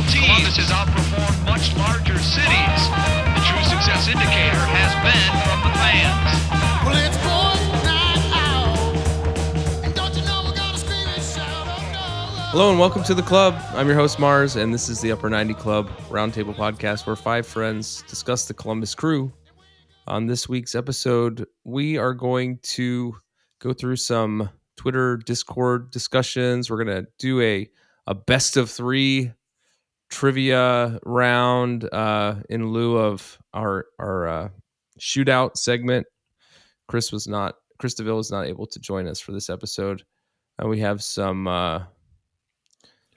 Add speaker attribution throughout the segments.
Speaker 1: businesses outperform much larger cities. The true success indicator has been from the fans.
Speaker 2: Well, it's boys' night out. And don't you know we're gonna scream and shout oh, another?
Speaker 3: Hello and welcome to the club. I'm your host Mars, and this is the Upper 90 Club Roundtable Podcast, where five friends discuss the Columbus crew. On this week's episode, we are going to go through some Twitter, Discord discussions. We're gonna do a a best of three trivia round uh, in lieu of our our uh, shootout segment. Chris was not Chris Deville was not able to join us for this episode. Uh, we have some. Uh,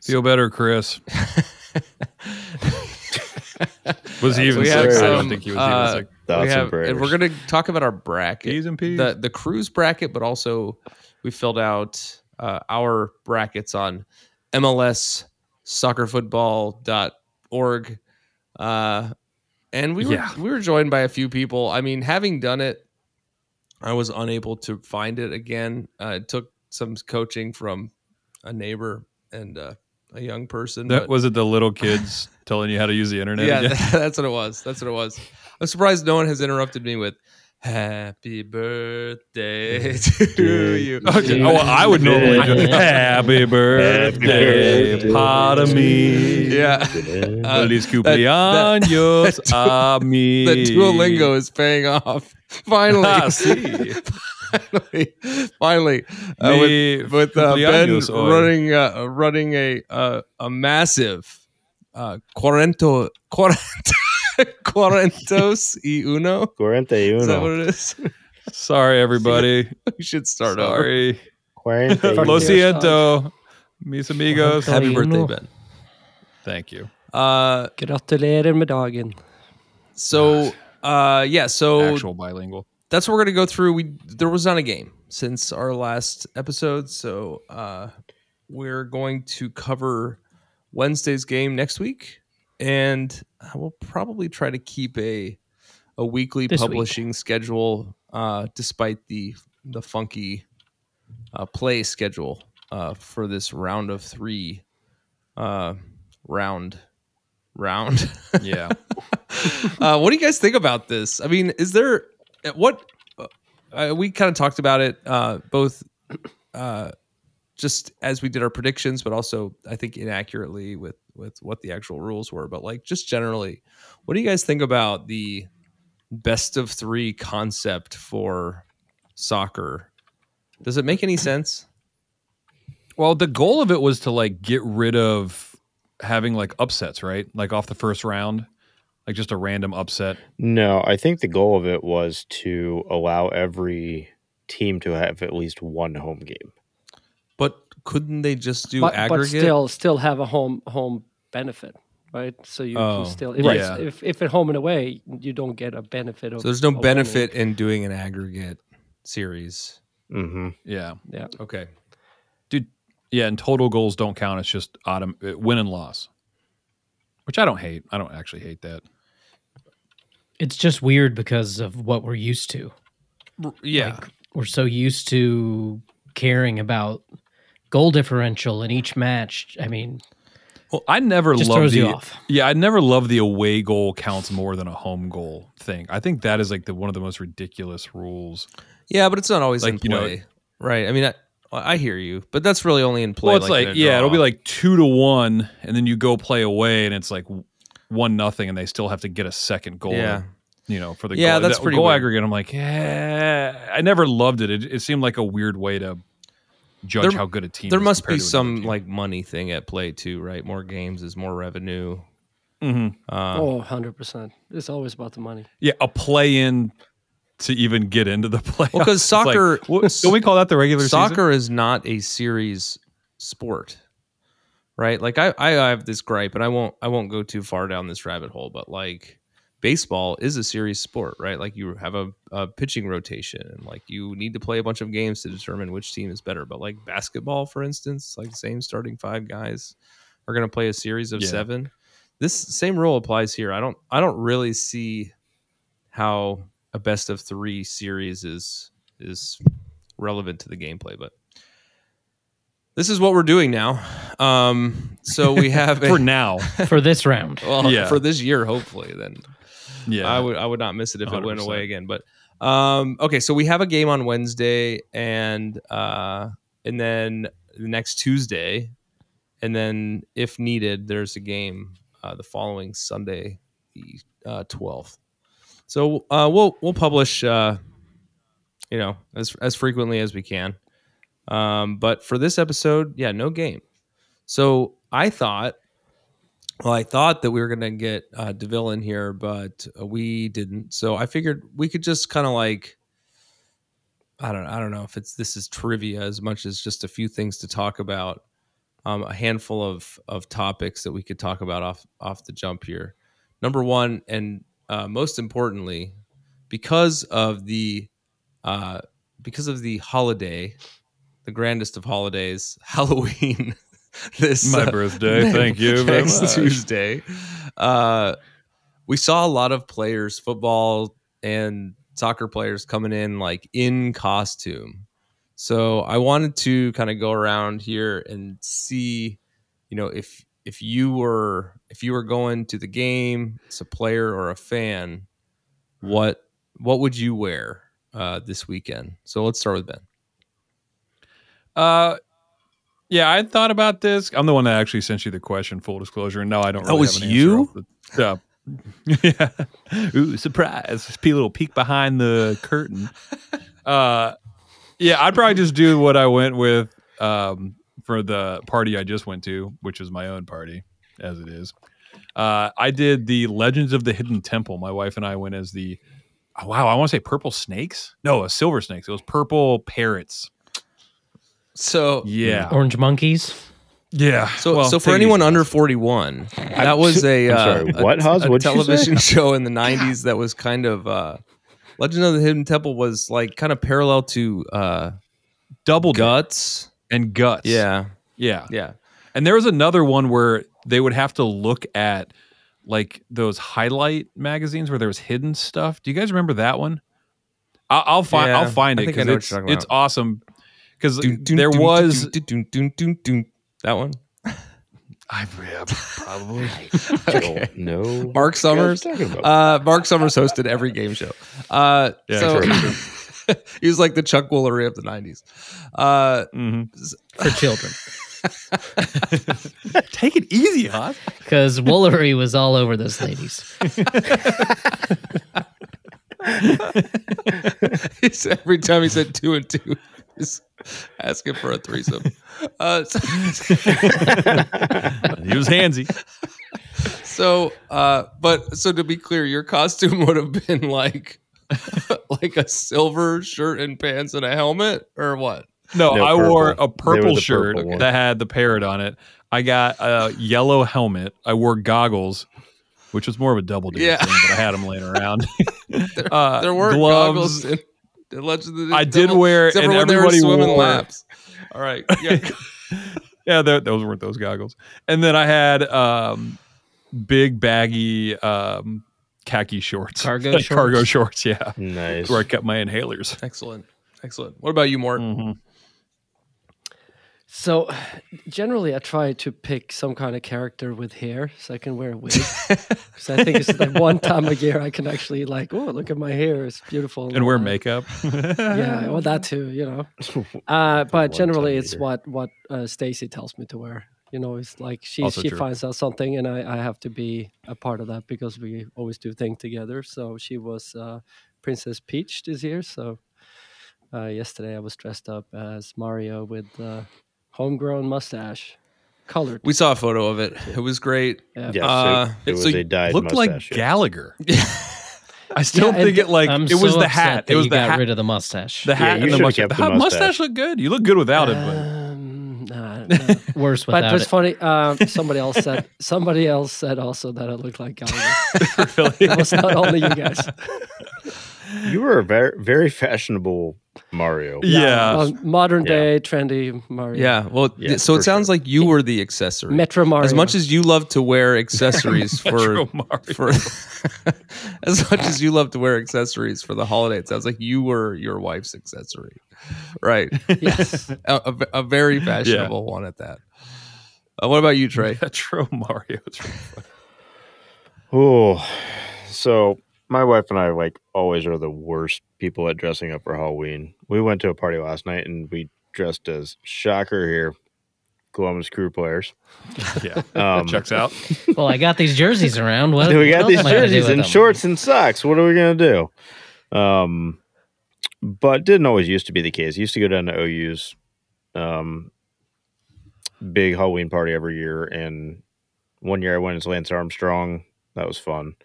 Speaker 4: Feel better, Chris. Was
Speaker 3: So
Speaker 4: he even
Speaker 3: we
Speaker 4: sick?
Speaker 3: have
Speaker 4: I
Speaker 3: some,
Speaker 4: don't think he was
Speaker 3: uh,
Speaker 4: even sick.
Speaker 3: we
Speaker 5: Thoughts
Speaker 3: have,
Speaker 5: and prayers.
Speaker 3: and we're gonna talk about our bracket,
Speaker 4: Peas and peas.
Speaker 3: the the cruise bracket, but also we filled out uh, our brackets on MLS soccerfootball.org. Uh, and we were
Speaker 4: Yeah.
Speaker 3: we were joined by a few people. I mean, having done it, I was unable to find it again. Uh, it took some coaching from a neighbor and uh, a young person.
Speaker 4: that
Speaker 3: but-
Speaker 4: was it. The little kids telling you how to use the internet.
Speaker 3: yeah,
Speaker 4: again?
Speaker 3: that's what it was. That's what it was. I'm surprised no one has interrupted me with "Happy birthday to you."
Speaker 4: Okay. Oh, well, I would normally do happy birthday,
Speaker 5: birthday
Speaker 4: part of me.
Speaker 3: yeah. Uh,
Speaker 4: Feliz
Speaker 3: that-
Speaker 4: cumpleaños a mi.
Speaker 3: the Duolingo is paying off. Finally,
Speaker 4: Ah, see.
Speaker 3: finally, finally, uh, with,
Speaker 4: Mi
Speaker 3: with uh, Ben
Speaker 4: cumpleaños hoy.
Speaker 3: running uh, running a uh, a massive uh, cuarento cuarenta cuarentos y uno.
Speaker 5: Cuarenta y
Speaker 3: Is that what
Speaker 5: uno.
Speaker 3: it is?
Speaker 4: Sorry, everybody.
Speaker 3: we should start over.
Speaker 4: Sorry.
Speaker 5: Cuarenta y
Speaker 4: Lo
Speaker 5: uno.
Speaker 4: siento, mis amigos.
Speaker 3: Happy birthday,
Speaker 6: uno.
Speaker 3: Ben.
Speaker 4: Thank you.
Speaker 3: Uh,
Speaker 6: Gratulerer med dagen.
Speaker 3: So uh yeah, so
Speaker 4: Actual bilingual.
Speaker 3: that's what we're gonna go through. We there was not a game since our last episode, so uh we're going to cover Wednesday's game next week, and I will probably try to keep a a weekly
Speaker 6: This week.
Speaker 3: publishing schedule, uh, despite the the funky uh, play schedule uh, for this round of three uh, round round.
Speaker 4: Yeah.
Speaker 3: uh, what do you guys think about this? I mean, is there what uh, we kind of talked about it uh, both uh, just as we did our predictions, but also I think inaccurately with with what the actual rules were. But like just generally, what do you guys think about the best of three concept for soccer? Does it make any sense?
Speaker 4: Well, the goal of it was to like get rid of having like upsets, right? Like off the first round, like just a random upset.
Speaker 5: No, I think the goal of it was to allow every team to have at least one home game.
Speaker 3: But couldn't they just do
Speaker 6: but, but
Speaker 3: aggregate?
Speaker 6: still, still have a home home benefit, right? So you
Speaker 4: Oh,
Speaker 6: can still if,
Speaker 4: right.
Speaker 6: it's- if if at home and away, you don't get a benefit of.
Speaker 3: so there's no
Speaker 6: of winning.
Speaker 3: benefit in doing an aggregate series.
Speaker 5: Mm-hmm.
Speaker 4: Yeah.
Speaker 3: Okay.
Speaker 4: Yeah. And total goals don't count. It's just autumn, uh, win and loss, which I don't hate. I don't actually hate that.
Speaker 7: it's just weird because of what we're used to.
Speaker 3: Yeah.
Speaker 7: We're so used to caring about goal differential in each match. I mean,
Speaker 4: Well, I never
Speaker 7: Just
Speaker 4: love
Speaker 7: throws
Speaker 4: the
Speaker 7: you off.
Speaker 4: yeah. I never love the away goal counts more than a home goal thing. I think that is like the one of the most ridiculous rules.
Speaker 3: Yeah, but it's not always in
Speaker 4: Like, you know-
Speaker 3: play, right? I mean, I, I hear you, but that's really only in play.
Speaker 4: well, it's like,
Speaker 3: in a
Speaker 4: yeah, it'll be
Speaker 3: draw.
Speaker 4: like two to one, and then you go play away, and it's like w- one nothing, and they still have to get a second goal.
Speaker 3: yeah,
Speaker 4: you know, for the
Speaker 3: Yeah,
Speaker 4: goal,
Speaker 3: that's
Speaker 4: that
Speaker 3: pretty
Speaker 4: goal
Speaker 3: weird.
Speaker 4: aggregate. I'm like, yeah, I never loved it. it. It seemed like a weird way to judge
Speaker 3: There-
Speaker 4: how good a team.
Speaker 3: there
Speaker 4: is
Speaker 3: must
Speaker 4: compared
Speaker 3: be
Speaker 4: to another
Speaker 3: some
Speaker 4: team.
Speaker 3: like money thing at play too, right? More games is more revenue.
Speaker 4: Mhm.
Speaker 3: Uh,
Speaker 6: Oh, 100 percent. It's always about the money.
Speaker 4: yeah, a play in to even get into the playoffs.
Speaker 3: Well, because
Speaker 4: It's like,
Speaker 3: soccer,
Speaker 4: what- don't we call that the regular
Speaker 3: soccer is not a series sport, right? Like I, I have this gripe, and I won't, I won't go too far down this rabbit hole, but like baseball is a series sport, right? Like you have a, a pitching rotation, and like you need to play a bunch of games to determine which team is better. But like basketball, for instance, like same starting five guys are going to play a series of
Speaker 4: Yeah.
Speaker 3: seven. This same rule applies here. I don't, I don't really see how a best of three series is is relevant to the gameplay, but this is what we're doing now. Um, so we have a,
Speaker 4: for now.
Speaker 7: for this round.
Speaker 3: well,
Speaker 4: Yeah.
Speaker 3: for this year, hopefully. Then
Speaker 4: Yeah,
Speaker 3: I would I would not miss it if it went
Speaker 4: 100%.
Speaker 3: away again. But um, okay, so we have a game on Wednesday, and uh, and then the next Tuesday, and then if needed, there's a game uh, the following Sunday, the uh, twelfth. so uh, we'll we'll publish uh, you know as as frequently as we can. Um, but for this episode, yeah, no game. So I thought well, I thought that we were going to get uh, Deville in here, but uh, we didn't. So I figured we could just kind of like, I don't, I don't know if it's this is trivia as much as just a few things to talk about, um, a handful of of topics that we could talk about off off the jump here. Number one, and uh, most importantly, because of the uh, because of the holiday, the grandest of holidays, Halloween. this
Speaker 4: my
Speaker 3: uh,
Speaker 4: birthday. Thank you very
Speaker 3: next
Speaker 4: much.
Speaker 3: Tuesday. Uh, we saw a lot of players, football and soccer players, coming in like in costume. So I wanted to kind of go around here and see, you know, if if you were if you were going to the game as a player or a fan, what what would you wear uh, this weekend? So let's start with Ben.
Speaker 4: Uh, yeah, I thought about this. I'm the one that actually sent you the question. Full disclosure. No, I don't. Really
Speaker 3: Oh, it's
Speaker 4: have an answer
Speaker 3: you?
Speaker 4: off the- yeah. yeah. Ooh, surprise! Just be a little peek behind the curtain. Uh, yeah, I'd probably just do what I went with um, for the party I just went to, which is my own party, as it is. Uh, I did the Legends of the Hidden Temple. My wife and I went as the oh, wow. I want to say purple snakes. No, a silver snakes. It was purple parrots.
Speaker 3: So
Speaker 4: Yeah.
Speaker 7: Mm. Orange monkeys.
Speaker 4: Yeah.
Speaker 3: So,
Speaker 4: well,
Speaker 3: so
Speaker 4: take
Speaker 3: for
Speaker 4: it
Speaker 3: anyone
Speaker 4: easy.
Speaker 3: under 41, that was a,
Speaker 5: I'm
Speaker 3: uh,
Speaker 5: sorry,
Speaker 3: a-
Speaker 5: what, Haas?
Speaker 3: a
Speaker 5: What'd you say?
Speaker 3: television show in the 90s that was kind of uh, Legend of the Hidden Temple was like kind of parallel to uh,
Speaker 4: double gut
Speaker 3: Guts.
Speaker 4: and guts.
Speaker 3: Yeah,
Speaker 4: yeah,
Speaker 3: yeah.
Speaker 4: And there was another one where they would have to look at like those highlight magazines where there was hidden stuff. Do you guys remember that one? I- I'll find.
Speaker 3: Yeah,
Speaker 4: I'll find
Speaker 3: I
Speaker 4: it
Speaker 3: think I
Speaker 4: because
Speaker 3: know what
Speaker 4: it's
Speaker 3: you're talking
Speaker 4: it's awesome. Because
Speaker 3: Dun, dun,
Speaker 4: there
Speaker 3: dun,
Speaker 4: was
Speaker 3: dun, dun, dun, dun, dun, that one.
Speaker 4: I, yeah, probably
Speaker 5: I don't know.
Speaker 3: Mark Summers.
Speaker 5: What are you guys talking about?
Speaker 3: Uh, Mark Summers hosted every game show. Uh,
Speaker 4: Yeah,
Speaker 3: so
Speaker 5: true,
Speaker 3: he was like the Chuck Woolery of the 90s. Uh,
Speaker 4: Mhm.
Speaker 7: for children
Speaker 4: take it easy, huh?
Speaker 7: because Woolery was all over those ladies.
Speaker 3: He said- every time he said two and two, he's asking for a threesome. Uh, so,
Speaker 4: He was handsy.
Speaker 3: so, uh, but so to be clear, your costume would have been like, like a silver shirt and pants and a helmet, or what?
Speaker 4: No,
Speaker 5: No,
Speaker 4: I wore
Speaker 5: purple.
Speaker 4: a
Speaker 5: They were the
Speaker 4: purple shirt
Speaker 5: purple one.
Speaker 4: that had the parrot on it. I got a yellow helmet. I wore goggles, which was more of a double dare
Speaker 3: Yeah.
Speaker 4: thing, but I had them laying around. Uh,
Speaker 3: There were
Speaker 4: gloves.
Speaker 3: gloves. In, in Legend of the
Speaker 4: I did
Speaker 3: Devil-
Speaker 4: wear-
Speaker 3: except for
Speaker 4: and
Speaker 3: when they were
Speaker 4: everybody
Speaker 3: swimming
Speaker 4: wore-
Speaker 3: laps. All right, yeah,
Speaker 4: Yeah, tho- those weren't those goggles. And then I had um, big baggy um, khaki shorts,
Speaker 7: Cargo
Speaker 4: Like cargo
Speaker 7: shorts?
Speaker 4: shorts. Yeah,
Speaker 5: Nice.
Speaker 4: where I kept my inhalers.
Speaker 3: excellent, excellent. What about you, Mort?
Speaker 4: Mm.
Speaker 5: Mm-hmm.
Speaker 6: So generally, I try to pick some kind of character with hair so I can wear a wig. Because I think it's the one time a year I can actually like, oh, look at my hair, it's beautiful.
Speaker 4: And wear
Speaker 6: uh,
Speaker 4: makeup.
Speaker 6: Yeah, well, that too, you know. Uh,
Speaker 5: one
Speaker 6: but
Speaker 5: time
Speaker 6: generally,
Speaker 5: a
Speaker 6: it's
Speaker 5: year.
Speaker 6: what what uh, Stacy tells me to wear. You know, it's like she
Speaker 4: Also
Speaker 6: she
Speaker 4: true.
Speaker 6: finds out something, and I, I have to be a part of that because we always do things together. So she was uh, Princess Peach this year. So uh, yesterday I was dressed up as Mario with uh, homegrown mustache, colored.
Speaker 3: We saw a photo of it. It was great.
Speaker 6: Yeah.
Speaker 5: Yes,
Speaker 3: Uh,
Speaker 5: it, it
Speaker 3: so
Speaker 5: was
Speaker 3: you
Speaker 5: a dyed
Speaker 4: Looked like
Speaker 5: mustache, yeah.
Speaker 4: Gallagher. I still
Speaker 6: Yeah, and
Speaker 4: think it like
Speaker 7: I'm
Speaker 4: it
Speaker 7: so
Speaker 4: was the
Speaker 7: upset
Speaker 4: hat.
Speaker 7: That
Speaker 4: It was
Speaker 7: you
Speaker 4: the
Speaker 7: got
Speaker 4: hat.
Speaker 7: rid of the mustache.
Speaker 4: The hat and
Speaker 5: you
Speaker 4: the
Speaker 5: should've
Speaker 4: mustache.
Speaker 5: kept
Speaker 4: The
Speaker 5: the
Speaker 4: hat- mustache.
Speaker 5: mustache.
Speaker 4: looked good. You look good without it. But.
Speaker 6: Um, nah, nah.
Speaker 7: Worse
Speaker 6: But
Speaker 7: without
Speaker 6: it was
Speaker 7: it.
Speaker 6: funny. Um, somebody else said. Somebody else said also that I looked like Gallagher.
Speaker 4: Really?
Speaker 6: it was not only you guys.
Speaker 5: You were a very, very fashionable Mario.
Speaker 4: Yeah.
Speaker 6: Uh, modern
Speaker 5: Yeah.
Speaker 6: day trendy Mario.
Speaker 3: Yeah. Well,
Speaker 5: Yeah,
Speaker 3: th- so
Speaker 5: for
Speaker 3: it sounds like you were the accessory.
Speaker 6: Metro Mario.
Speaker 3: As much as you love to wear accessories for
Speaker 4: Metro Mario.
Speaker 3: for as much as you love to wear accessories for the holiday, it sounds like you were your wife's accessory, right?
Speaker 6: yes,
Speaker 3: A, a- a very fashionable one at that. Uh, what about you, Trey?
Speaker 4: Retro Mario. It's really funny.
Speaker 5: Oh, so my wife and I like always are the worst people at dressing up for Halloween. We went to a party last night and we dressed as shocker here, Columbus Crew players.
Speaker 4: yeah,
Speaker 5: Um,
Speaker 4: checks out.
Speaker 7: Well, I got these jerseys around. What?
Speaker 5: we got
Speaker 7: what
Speaker 5: these
Speaker 7: else am I gonna do
Speaker 5: jerseys
Speaker 7: with
Speaker 5: and
Speaker 7: them?
Speaker 5: shorts and socks. What are we gonna do? Um, but didn't always used to be the case. Used to go down to OU's um, big Halloween party every year, and one year I went as Lance Armstrong. That was fun.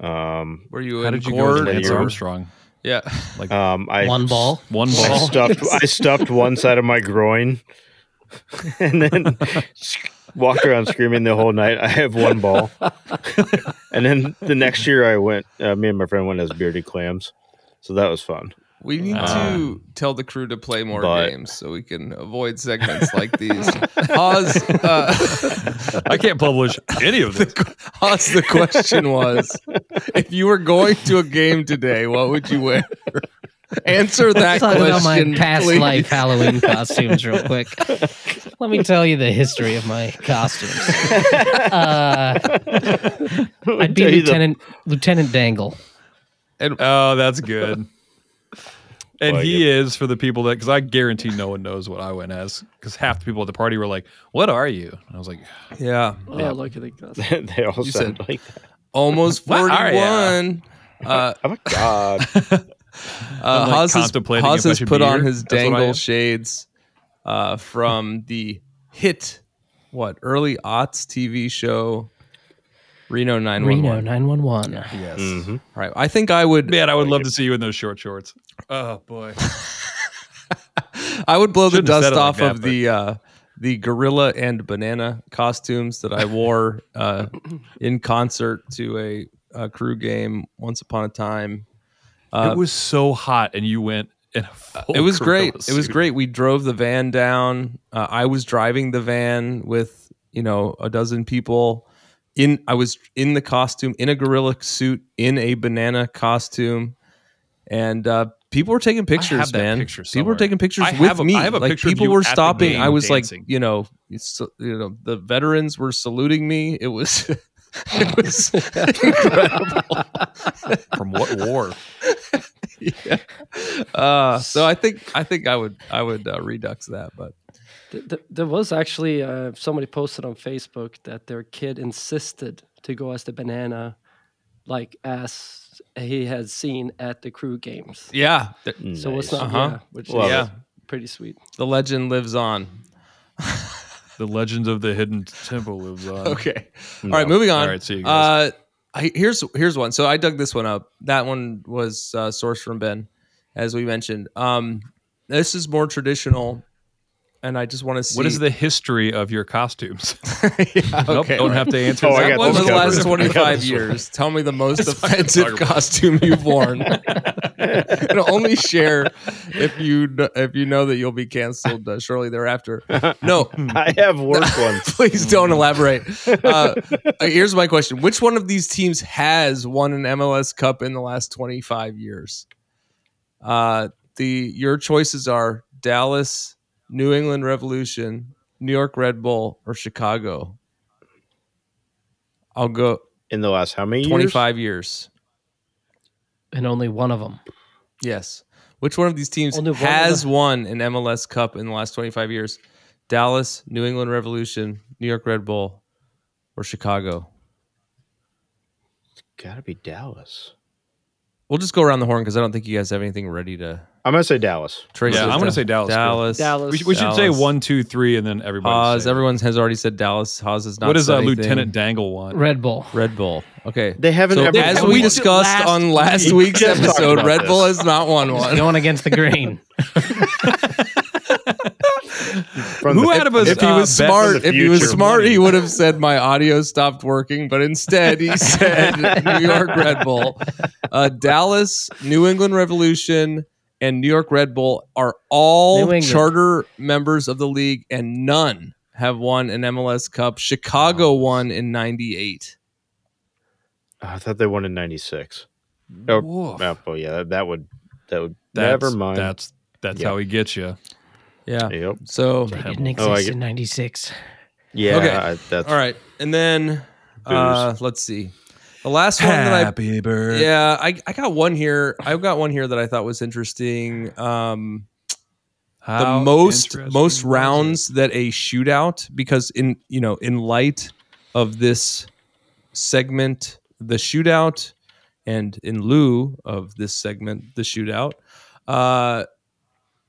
Speaker 5: Um,
Speaker 3: Were you
Speaker 4: How
Speaker 3: in
Speaker 4: did you go with
Speaker 3: gourd
Speaker 4: Lance
Speaker 5: You're-
Speaker 3: or-
Speaker 4: Armstrong?
Speaker 3: Yeah.
Speaker 5: um, I
Speaker 7: One ball.
Speaker 4: One
Speaker 5: I
Speaker 4: ball.
Speaker 5: stuffed I stuffed one side of my groin and then sc- walked around screaming the whole night. I have one ball. and then the next year I went uh, me and my friend went as bearded clams. So that was fun.
Speaker 3: We need
Speaker 4: Uh,
Speaker 3: to tell the crew to play more
Speaker 5: but-
Speaker 3: games so we can avoid segments like these. Oz, uh,
Speaker 4: I can't publish any of this.
Speaker 3: Oz, the question was if you were going to a game today, what would you wear? Answer that
Speaker 7: Let's talk about my
Speaker 3: question.
Speaker 7: past
Speaker 3: please.
Speaker 7: life Halloween costumes real quick. Let me tell you the history of my costumes. Uh, I'd be
Speaker 5: Tell you the-
Speaker 7: Lieutenant Lieutenant Dangle.
Speaker 4: Oh, that's good. And
Speaker 5: Like
Speaker 4: he is for the people that because I guarantee no one knows what I went as because half the people at the party were like, "What are you?" And I was like,
Speaker 3: Yeah.
Speaker 6: Oh, look at the
Speaker 5: they all
Speaker 3: You
Speaker 5: sound
Speaker 3: said-
Speaker 5: like that.
Speaker 3: Almost
Speaker 4: What are ya?
Speaker 3: 41. Uh,
Speaker 5: Oh my god.
Speaker 3: Uh,
Speaker 4: I'm, like,
Speaker 3: Haas, has,
Speaker 4: contemplating
Speaker 3: Haas
Speaker 4: if I
Speaker 3: has
Speaker 4: should
Speaker 3: put
Speaker 4: be
Speaker 3: on
Speaker 4: here.
Speaker 3: his
Speaker 4: That's what I
Speaker 3: dangle
Speaker 4: am.
Speaker 3: shades uh, from the hit, what, early aughts TV show, Reno 911.
Speaker 7: Reno nine one one.
Speaker 4: "Yes,
Speaker 3: All
Speaker 5: Mhm.
Speaker 3: right. I think I would
Speaker 4: man, I would love to see you in those short shorts." Oh boy,
Speaker 3: I would blow the
Speaker 4: Shouldn't have said
Speaker 3: dust
Speaker 4: it like
Speaker 3: off
Speaker 4: that,
Speaker 3: of
Speaker 4: but-
Speaker 3: the uh, the gorilla and banana costumes that I wore uh, in concert to a, a crew game once upon a time. Uh,
Speaker 4: it was so hot, and you went in a full
Speaker 3: it was
Speaker 4: gorilla
Speaker 3: great. It was
Speaker 4: suit.
Speaker 3: great. We drove the van down. Uh, I was driving the van with you know a dozen people. In I was in the costume in a gorilla suit in a banana costume, and uh, people were taking pictures.
Speaker 4: have that
Speaker 3: man,
Speaker 4: picture
Speaker 3: people were
Speaker 4: somewhere.
Speaker 3: taking pictures
Speaker 4: I
Speaker 3: with
Speaker 4: have a-
Speaker 3: me.
Speaker 4: I have a
Speaker 3: like
Speaker 4: picture of
Speaker 3: people
Speaker 4: you
Speaker 3: were
Speaker 4: at the
Speaker 3: stopping.
Speaker 4: game
Speaker 3: I was
Speaker 4: dancing.
Speaker 3: like, you know, it's, you know, the veterans were saluting me. It was. It was incredible.
Speaker 4: From what war?
Speaker 3: Yeah. Uh, so I think I think I would I would uh, redux that, but
Speaker 6: Th- th- There was actually uh, somebody posted on Facebook that their kid insisted to go as the banana, like as he had seen at the crew games.
Speaker 3: yeah,
Speaker 6: So it's
Speaker 5: Nice.
Speaker 6: not
Speaker 3: Uh-huh.
Speaker 6: yeah, which
Speaker 5: Love
Speaker 6: is
Speaker 3: yeah.
Speaker 6: pretty sweet.
Speaker 3: The legend lives on.
Speaker 4: The Legends of the Hidden Temple uh, lives on.
Speaker 3: Okay. All right,
Speaker 5: No.
Speaker 3: moving on.
Speaker 4: All right, see you guys.
Speaker 3: Uh, I, here's here's one. So I dug this one up. That one was uh, sourced from Ben, as we mentioned. Um, this is more traditional, and I just want to see
Speaker 4: What is the history of your costumes?
Speaker 3: yeah,
Speaker 4: Nope,
Speaker 3: okay.
Speaker 4: don't have to answer.
Speaker 5: Oh, I
Speaker 4: that
Speaker 5: got
Speaker 4: one.
Speaker 3: Over
Speaker 5: this
Speaker 3: the last
Speaker 5: covered. I got
Speaker 3: 25
Speaker 5: this
Speaker 3: years, tell me the most offensive costume you've worn. and only share if you if you know that you'll be canceled uh, shortly thereafter. No,
Speaker 5: I have Mm. worse ones.
Speaker 3: Please
Speaker 6: Mm.
Speaker 3: don't elaborate. Uh, here's my question: Which one of these teams has won an MLS Cup in the last 25 years? Uh, the your choices are Dallas, New England Revolution, New York Red Bull, or Chicago. I'll go
Speaker 5: In the last how many years?
Speaker 3: 25 years.
Speaker 7: and only one of them.
Speaker 3: Yes. Which one of these teams
Speaker 6: Only one of
Speaker 3: has
Speaker 6: the-
Speaker 3: won an MLS Cup in the last 25 years? Dallas, New England Revolution, New York Red Bull, or Chicago?
Speaker 5: Gotta be Dallas.
Speaker 3: We'll just go around the horn because I don't think you guys have anything ready to
Speaker 5: I'm gonna say Dallas.
Speaker 3: trace.
Speaker 4: Yeah,
Speaker 3: this
Speaker 4: I'm gonna
Speaker 3: down.
Speaker 4: say Dallas,
Speaker 3: Dallas.
Speaker 6: Dallas.
Speaker 4: We, sh- we should say
Speaker 3: Dallas.
Speaker 4: one, two, three, and then everybody.
Speaker 3: Haas.
Speaker 4: say it.
Speaker 3: Everyone has already said Dallas. Haas is not.
Speaker 4: What does
Speaker 3: said
Speaker 4: uh,
Speaker 3: anything.
Speaker 4: Lieutenant Dangle want?
Speaker 7: Red Bull.
Speaker 3: Red Bull? Okay.
Speaker 5: They haven't
Speaker 3: So
Speaker 5: ever
Speaker 3: as
Speaker 5: won
Speaker 3: we
Speaker 5: one.
Speaker 3: discussed
Speaker 4: Last
Speaker 3: on last
Speaker 5: week.
Speaker 3: week's
Speaker 5: Just talked
Speaker 3: episode,
Speaker 5: about
Speaker 3: Red
Speaker 5: this.
Speaker 3: Bull has not won
Speaker 7: He's
Speaker 3: one.
Speaker 7: going against the grain.
Speaker 5: From
Speaker 4: Who
Speaker 5: the-
Speaker 4: out of us?
Speaker 3: If he
Speaker 4: uh,
Speaker 3: was
Speaker 4: bet-
Speaker 3: smart, if he was
Speaker 5: future
Speaker 3: smart, he
Speaker 5: money.
Speaker 3: would have said my audio stopped working. But instead, he said New York Red Bull, uh, Dallas, New England Revolution, and New York Red Bull are
Speaker 7: New
Speaker 3: all
Speaker 7: England.
Speaker 3: charter members of the league, and none have won an MLS Cup. Chicago won in '98.
Speaker 5: I thought they won in '96. Oh,
Speaker 4: Woof.
Speaker 5: Oh, well, yeah, that, that would that would
Speaker 4: That's-
Speaker 5: never mind.
Speaker 4: That's that's
Speaker 5: Yeah.
Speaker 4: how he gets you.
Speaker 3: Yeah.
Speaker 5: yep.
Speaker 3: So
Speaker 7: They didn't
Speaker 5: Oh, I
Speaker 7: exist
Speaker 5: get-
Speaker 7: in '96.
Speaker 5: Yeah,
Speaker 3: Okay.
Speaker 5: I, that's
Speaker 3: All right, and then uh, let's see. The last one that I
Speaker 4: Happy birthday.
Speaker 3: Yeah, I, I got one here. I've got one here that I thought was interesting. Um, the
Speaker 4: How
Speaker 3: most
Speaker 4: interesting was
Speaker 3: most
Speaker 4: it?
Speaker 3: rounds that a shootout because in you know in light of this segment the shootout and in lieu of this segment the shootout uh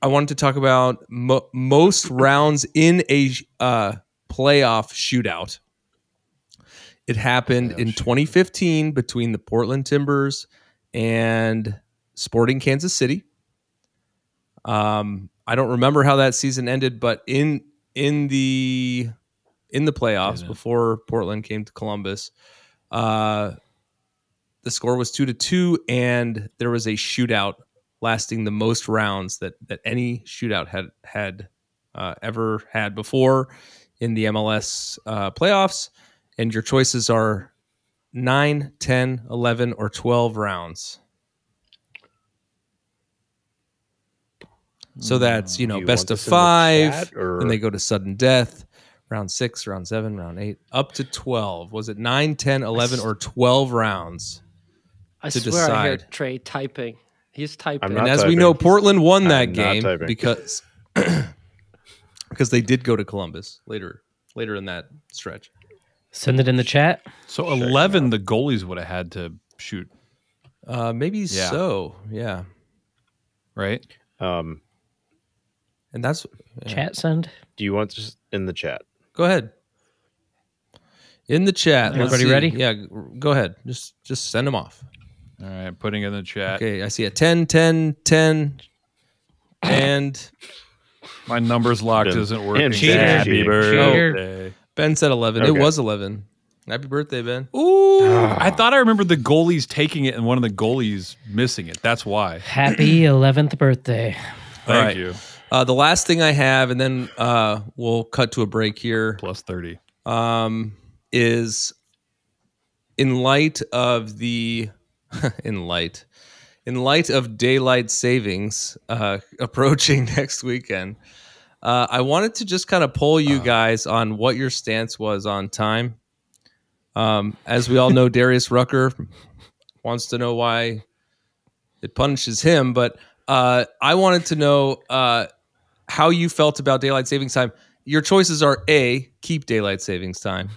Speaker 3: i wanted to talk about mo- most rounds in a sh- uh playoff shootout it happened in 2015 between the portland timbers and sporting kansas city um, I don't remember how that season ended, but in in the in the playoffs before Portland came to Columbus, uh, the score was two to two, and there was a shootout lasting the most rounds that that any shootout had had uh, ever had before in the MLS uh, playoffs. And your choices are 9, 10, 11, or 12 rounds. So
Speaker 4: Mm.
Speaker 3: that's, you know,
Speaker 5: Hmm. You want
Speaker 3: best of
Speaker 5: this in the
Speaker 3: five.
Speaker 5: chat, or-
Speaker 3: Then they go to sudden death, round six, round seven, round eight, up to 12. Was it 9, 10, 11, or 12 rounds?
Speaker 6: I
Speaker 3: to
Speaker 6: swear I hear
Speaker 3: decide.
Speaker 6: Trey typing. He's typing.
Speaker 5: not
Speaker 3: and as we
Speaker 5: typing.
Speaker 3: know, Portland won that
Speaker 5: not
Speaker 3: game
Speaker 5: typing.
Speaker 3: because because they did go to Columbus later later in that stretch.
Speaker 7: Send it in the chat.
Speaker 4: So eleven, the goalies would have had to shoot,
Speaker 3: Uh, maybe
Speaker 4: Yeah.
Speaker 3: so, yeah.
Speaker 4: right?
Speaker 5: um
Speaker 3: And that's yeah.
Speaker 7: Chat send.
Speaker 5: do you want this in the chat?
Speaker 3: go ahead in the chat. let's
Speaker 7: Everybody
Speaker 3: see.
Speaker 7: ready?
Speaker 3: Yeah, g- go ahead. Just just send them off.
Speaker 4: All right, putting it in the chat.
Speaker 3: Okay, I see a 10, 10, 10, and
Speaker 4: My numbers locked
Speaker 5: Him.
Speaker 4: isn't working.
Speaker 5: Him. Cheater.
Speaker 4: Happy
Speaker 5: Cheater.
Speaker 4: birthday.
Speaker 3: Ben said eleven. It
Speaker 5: Okay.
Speaker 3: was eleven. Happy birthday, Ben.
Speaker 4: Ooh, I thought I remembered the goalies taking it and one of the goalies missing it. That's why.
Speaker 7: Happy 11th birthday.
Speaker 4: Thank
Speaker 3: right.
Speaker 4: you.
Speaker 3: Uh, the last thing I have, and then uh, we'll cut to a break here.
Speaker 4: Plus thirty.
Speaker 3: um, is in light of the in light in light of daylight savings uh, approaching next weekend uh, i wanted to just kind of poll you guys on what your stance was on time um, as we all know darius rucker wants to know why it punishes him but uh, i wanted to know uh, how you felt about daylight savings time. Your choices are A, keep daylight savings time,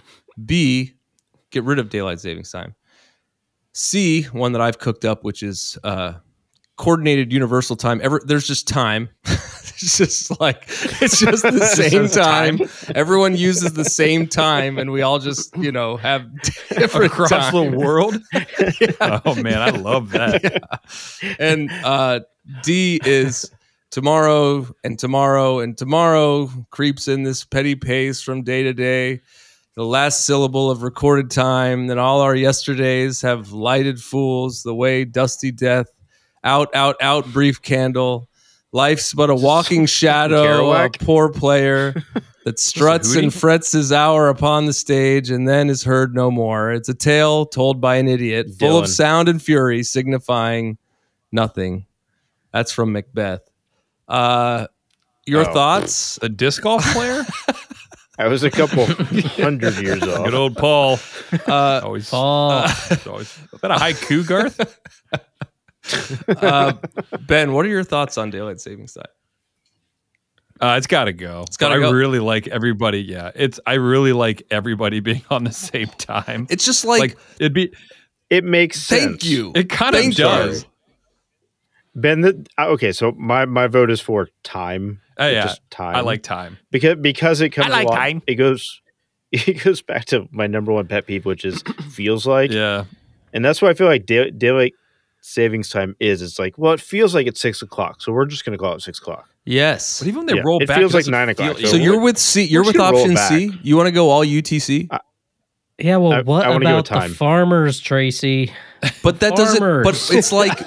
Speaker 3: B, get rid of daylight savings time, C, one that I've cooked up, which is uh, coordinated universal time. Ever there's just time. it's just like it's just the same time. Everyone uses the same time, and we all just you know have different
Speaker 4: Across
Speaker 3: time.
Speaker 4: the world. Oh man, I love that.
Speaker 3: and uh, D is tomorrow and tomorrow and tomorrow creeps in this petty pace from day to day. The last syllable of recorded time, then all our yesterdays have lighted fools the way dusty death. Out, out, out, brief candle. Life's but a walking shadow, a
Speaker 5: Kerouac?
Speaker 3: poor player that struts and
Speaker 4: Hootie?
Speaker 3: frets his hour upon the stage and then is heard no more. It's a tale told by an idiot, full of
Speaker 5: Dylan.
Speaker 3: sound and fury, signifying nothing. That's from Macbeth. Uh, your
Speaker 5: Oh.
Speaker 3: thoughts?
Speaker 4: The disc golf player?
Speaker 5: I was a couple hundred years off.
Speaker 4: Good old Paul.
Speaker 3: Uh,
Speaker 4: Always,
Speaker 7: Paul.
Speaker 4: always. Is that a haiku, Garth?
Speaker 3: uh, ben, what are your thoughts on daylight savings time?
Speaker 4: Uh, it's got to go. It's
Speaker 3: gotta
Speaker 4: I
Speaker 3: go.
Speaker 4: really like everybody. Yeah, it's. I really like everybody being on the same time.
Speaker 3: It's just
Speaker 4: like,
Speaker 3: like,
Speaker 4: it'd be.
Speaker 5: It makes sense.
Speaker 3: thank you.
Speaker 4: It kind of
Speaker 3: Thank you.
Speaker 4: does.
Speaker 5: Ben, the, uh, okay, so my, my vote is for time.
Speaker 4: Oh, yeah.
Speaker 5: Just time.
Speaker 4: I like time.
Speaker 5: because because it comes
Speaker 4: I like
Speaker 5: along,
Speaker 4: time.
Speaker 5: it goes it goes back to my number one pet peeve, which is feels like,
Speaker 4: Yeah.
Speaker 5: and that's why I feel like day, daylight savings time is. It's like, well, it feels like it's six o'clock, so we're just gonna call it six o'clock.
Speaker 3: yes.
Speaker 4: But even when they
Speaker 5: Yeah,
Speaker 4: roll
Speaker 5: it
Speaker 4: back,
Speaker 5: feels like
Speaker 4: doesn't
Speaker 5: nine o'clock,
Speaker 4: feel-
Speaker 3: so
Speaker 5: so
Speaker 3: you're with C. You're
Speaker 5: Why
Speaker 3: with
Speaker 5: don't you roll
Speaker 3: option C. You want to go all UTC,
Speaker 7: Yeah, well,
Speaker 5: I-
Speaker 7: what
Speaker 5: I wanna go
Speaker 7: about
Speaker 5: time.
Speaker 7: the farmers, Tracy?
Speaker 3: but that doesn't. But
Speaker 7: Farmers.
Speaker 3: it's like,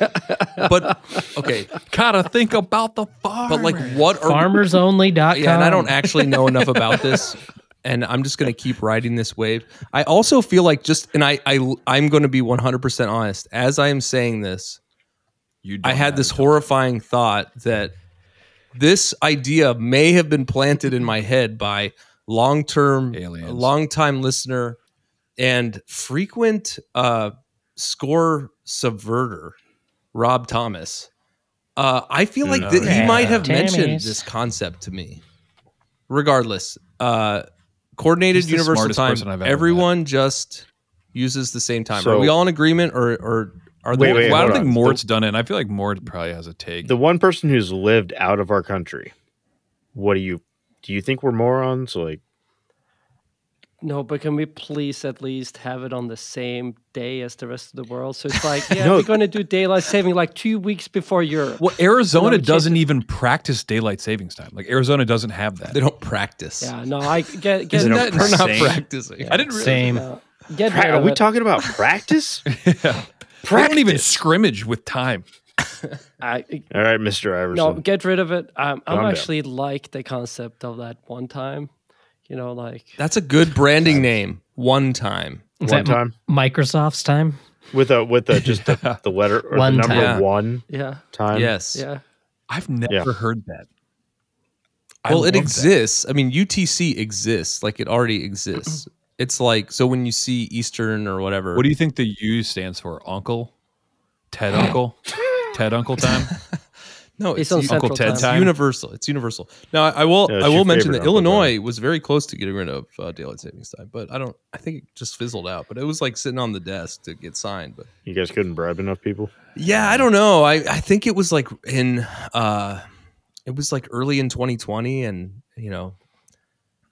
Speaker 3: but okay.
Speaker 4: gotta think about the farm.
Speaker 3: But like, what are
Speaker 7: Farmersonly.com.
Speaker 3: Yeah, and I don't actually know enough about this, and I'm just going to keep riding this wave. I also feel like just, and I, I, I'm going to be 100% honest. As I am saying this,
Speaker 4: you
Speaker 3: I had this horrifying thought that this idea may have been planted in my head by long term,
Speaker 4: Aliens.
Speaker 3: long time listener, and frequent uh, score subverter, Rob Thomas. Uh, I feel like that he
Speaker 7: Yeah.
Speaker 3: might have
Speaker 7: Tammies.
Speaker 3: mentioned this concept to me. Regardless, uh, coordinated
Speaker 4: He's the
Speaker 3: universal
Speaker 4: smartest
Speaker 3: time.
Speaker 4: person I've ever met.
Speaker 3: Everyone just uses the same time.
Speaker 5: So-
Speaker 3: are we all in agreement, or or are
Speaker 5: Wait,
Speaker 3: there?
Speaker 5: wait,
Speaker 4: well, I
Speaker 5: hold
Speaker 4: don't think
Speaker 5: on.
Speaker 4: Mort's done it. And I feel like Mort probably has a take.
Speaker 5: The one person who's lived out of our country. What do you do? You think we're morons? Like,
Speaker 6: No, but can we please at least have it on the same day as the rest of the world? So it's like, yeah,
Speaker 5: No.
Speaker 6: we're going to do daylight saving like two weeks before Europe.
Speaker 4: well,
Speaker 6: Well,
Speaker 4: Arizona
Speaker 6: we can't
Speaker 4: doesn't even practice daylight savings time. Like Arizona doesn't have
Speaker 3: They
Speaker 4: that.
Speaker 3: don't practice.
Speaker 6: Yeah, no, I get get
Speaker 3: Isn't
Speaker 6: that.
Speaker 3: that we're not
Speaker 4: insane?
Speaker 3: practicing?
Speaker 4: I didn't really.
Speaker 7: Same.
Speaker 6: no, get
Speaker 5: pra-
Speaker 6: rid
Speaker 5: are
Speaker 6: of
Speaker 5: we
Speaker 6: it.
Speaker 5: talking about practice?
Speaker 4: Yeah. They don't even scrimmage with time.
Speaker 6: I-
Speaker 5: All right, Mister
Speaker 6: no,
Speaker 5: Iverson.
Speaker 6: get rid of it.
Speaker 5: Calm
Speaker 6: Um, I'm
Speaker 5: down.
Speaker 6: actually like the concept of that one time. You know, like
Speaker 3: That's a good branding name. One time.
Speaker 7: Is
Speaker 5: one
Speaker 7: that
Speaker 5: time
Speaker 7: Microsoft's time?
Speaker 5: with a with a just the, the letter or
Speaker 7: One
Speaker 5: the number
Speaker 3: time.
Speaker 5: one
Speaker 6: yeah,
Speaker 5: time.
Speaker 3: yes.
Speaker 6: yeah.
Speaker 4: I've never
Speaker 5: Yeah.
Speaker 4: heard that. I
Speaker 3: Well,
Speaker 4: love
Speaker 3: it
Speaker 4: that.
Speaker 3: exists. I mean, UTC exists. Like it already exists. it's like so when you see Eastern or whatever.
Speaker 4: What do you think the U stands for? Uncle? Ted Uncle? Ted Uncle time?
Speaker 3: no,
Speaker 6: It's
Speaker 3: it's,
Speaker 6: on
Speaker 3: u-
Speaker 6: Central
Speaker 4: Uncle Ted
Speaker 6: Time.
Speaker 3: it's universal. It's universal. Now, I, I will.
Speaker 5: Yeah, it's
Speaker 3: I will
Speaker 5: your
Speaker 3: mention
Speaker 5: favorite
Speaker 3: that
Speaker 5: Uncle
Speaker 3: Illinois was very close to getting rid of uh, daylight savings time, but I don't. I think it just fizzled out. But it was like sitting on the desk to get signed. But
Speaker 5: You guys couldn't bribe enough people.
Speaker 3: Yeah, I don't know. I, I think it was like in uh it was like early in 2020 and you know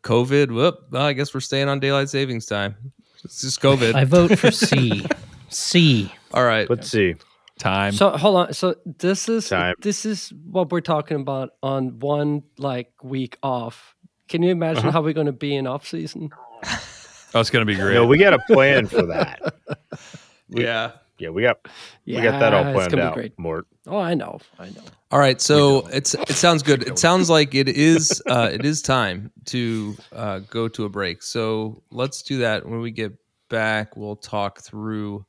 Speaker 3: COVID, whoop, well, I guess we're staying on daylight savings time. It's just COVID.
Speaker 7: I vote for C. C.
Speaker 3: All right.
Speaker 5: Let's see.
Speaker 4: Time.
Speaker 6: So hold on. So this is
Speaker 5: Time.
Speaker 6: this is what we're talking about on one like week off. Can you imagine
Speaker 5: Uh-huh.
Speaker 6: how we're going to be in off season?
Speaker 4: oh, it's going to be great.
Speaker 5: No, we got a plan for that.
Speaker 3: yeah.
Speaker 5: Yeah, we got we got that all
Speaker 6: Yeah,
Speaker 5: planned
Speaker 6: gonna
Speaker 5: out.
Speaker 6: Be great.
Speaker 5: Mort.
Speaker 6: Oh, I know, I know.
Speaker 3: All right, so it's it sounds good. It sounds like it is uh it is time to uh go to a break. So let's do that when we get back. We'll talk through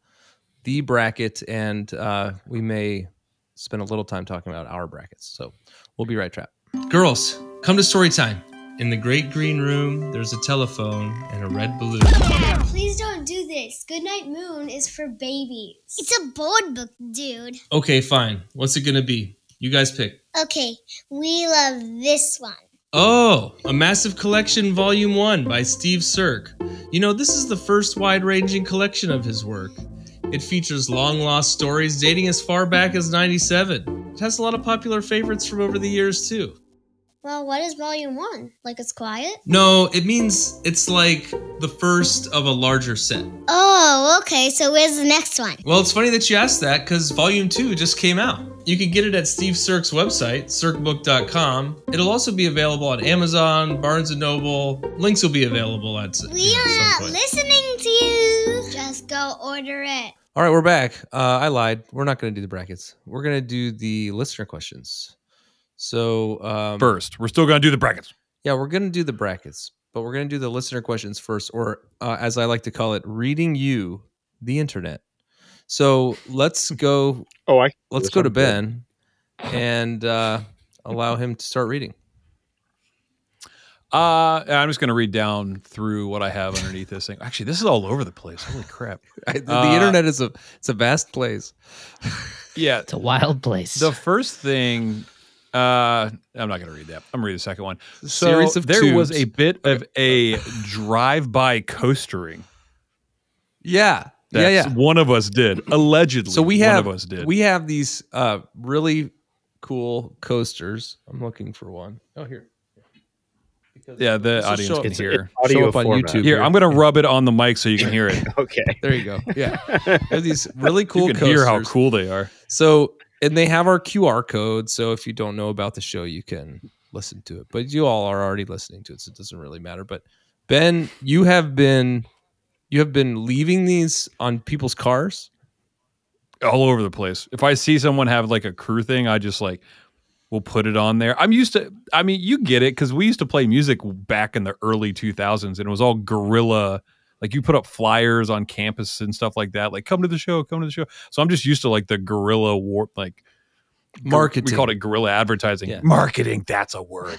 Speaker 3: the bracket and uh we may spend a little time talking about our brackets. So we'll be right trap. Girls, come to story time. In the great green room, there's a telephone and a red balloon.
Speaker 8: Please don't do this. Goodnight Moon is for babies. It's a bold book, dude.
Speaker 3: Okay, fine. What's it gonna be? You guys pick.
Speaker 8: Okay, we love this one.
Speaker 3: Oh, A Massive Collection Volume 1 by Steve Cirque. You know, this is the first wide ranging collection of his work. It features long lost stories dating as far back as 97. It has a lot of popular favorites from over the years, too.
Speaker 8: Well, what is volume one? Like it's quiet?
Speaker 3: No, it means it's like the first of a larger set.
Speaker 8: Oh, okay, so where's the next one?
Speaker 3: Well, it's funny that you asked that because Volume 2 just came out. You can get it at Steve Cirque's website, cirquebook.com. It'll also be available on Amazon, Barnes & Noble. Links will be available at you know,
Speaker 8: We are
Speaker 3: some
Speaker 8: not
Speaker 3: point.
Speaker 8: listening to you. Just go order it.
Speaker 3: All right, we're back. Uh, I lied. We're not going to do the brackets. We're going to do the listener questions. So, um,
Speaker 4: First, we're still going to do the brackets.
Speaker 3: yeah, we're going to do the brackets, but we're going to do the listener questions first, or uh, as I like to call it, reading you the internet. So let's go.
Speaker 5: Oh, I
Speaker 3: Let's
Speaker 5: Yes,
Speaker 3: go to
Speaker 5: I'm good.
Speaker 3: Ben and uh, allow him to start reading.
Speaker 4: Uh, I'm just going to read down through what I have underneath this thing. Actually, this is all over the place. Holy crap.
Speaker 3: the the
Speaker 4: Uh,
Speaker 3: internet is a it's a vast place.
Speaker 4: Yeah.
Speaker 7: It's a wild place.
Speaker 4: The first thing, uh, I'm not going to read that. I'm going to read the second one. So
Speaker 3: series of
Speaker 4: there was
Speaker 3: tubes.
Speaker 4: a bit of a drive-by coastering.
Speaker 3: Yeah, yeah,
Speaker 4: That's
Speaker 3: yeah.
Speaker 4: One of us did allegedly.
Speaker 3: So we have
Speaker 4: one of us did.
Speaker 3: we have these uh, really cool coasters. I'm looking for one. Oh here.
Speaker 4: yeah.
Speaker 3: This will show
Speaker 4: The audience
Speaker 3: up-
Speaker 4: can
Speaker 3: it's-
Speaker 4: hear.
Speaker 5: audio
Speaker 3: show up on
Speaker 5: format.
Speaker 3: YouTube.
Speaker 4: Here, I'm going to rub it on the mic so you can hear it.
Speaker 5: okay.
Speaker 3: There you go. Yeah, They're these really cool
Speaker 4: you can
Speaker 3: coasters.
Speaker 4: hear how cool they are.
Speaker 3: So, and they have our QR code. So if you don't know about the show, you can listen to it. But you all are already listening to it, so it doesn't really matter. But Ben, you have been you have been leaving these on people's cars.
Speaker 4: all over the place. If I see someone have like a crew thing, I just like will put it on there. I'm used to. I mean, you get it because we used to play music back in the early 2000s, and it was all guerrilla. Like you put up flyers on campus and stuff like that. Like come to the show, come to the show. So I'm just used to like the guerrilla warp, like
Speaker 3: Marketing.
Speaker 4: We called it guerrilla advertising.
Speaker 3: Yeah.
Speaker 4: Marketing. That's a word.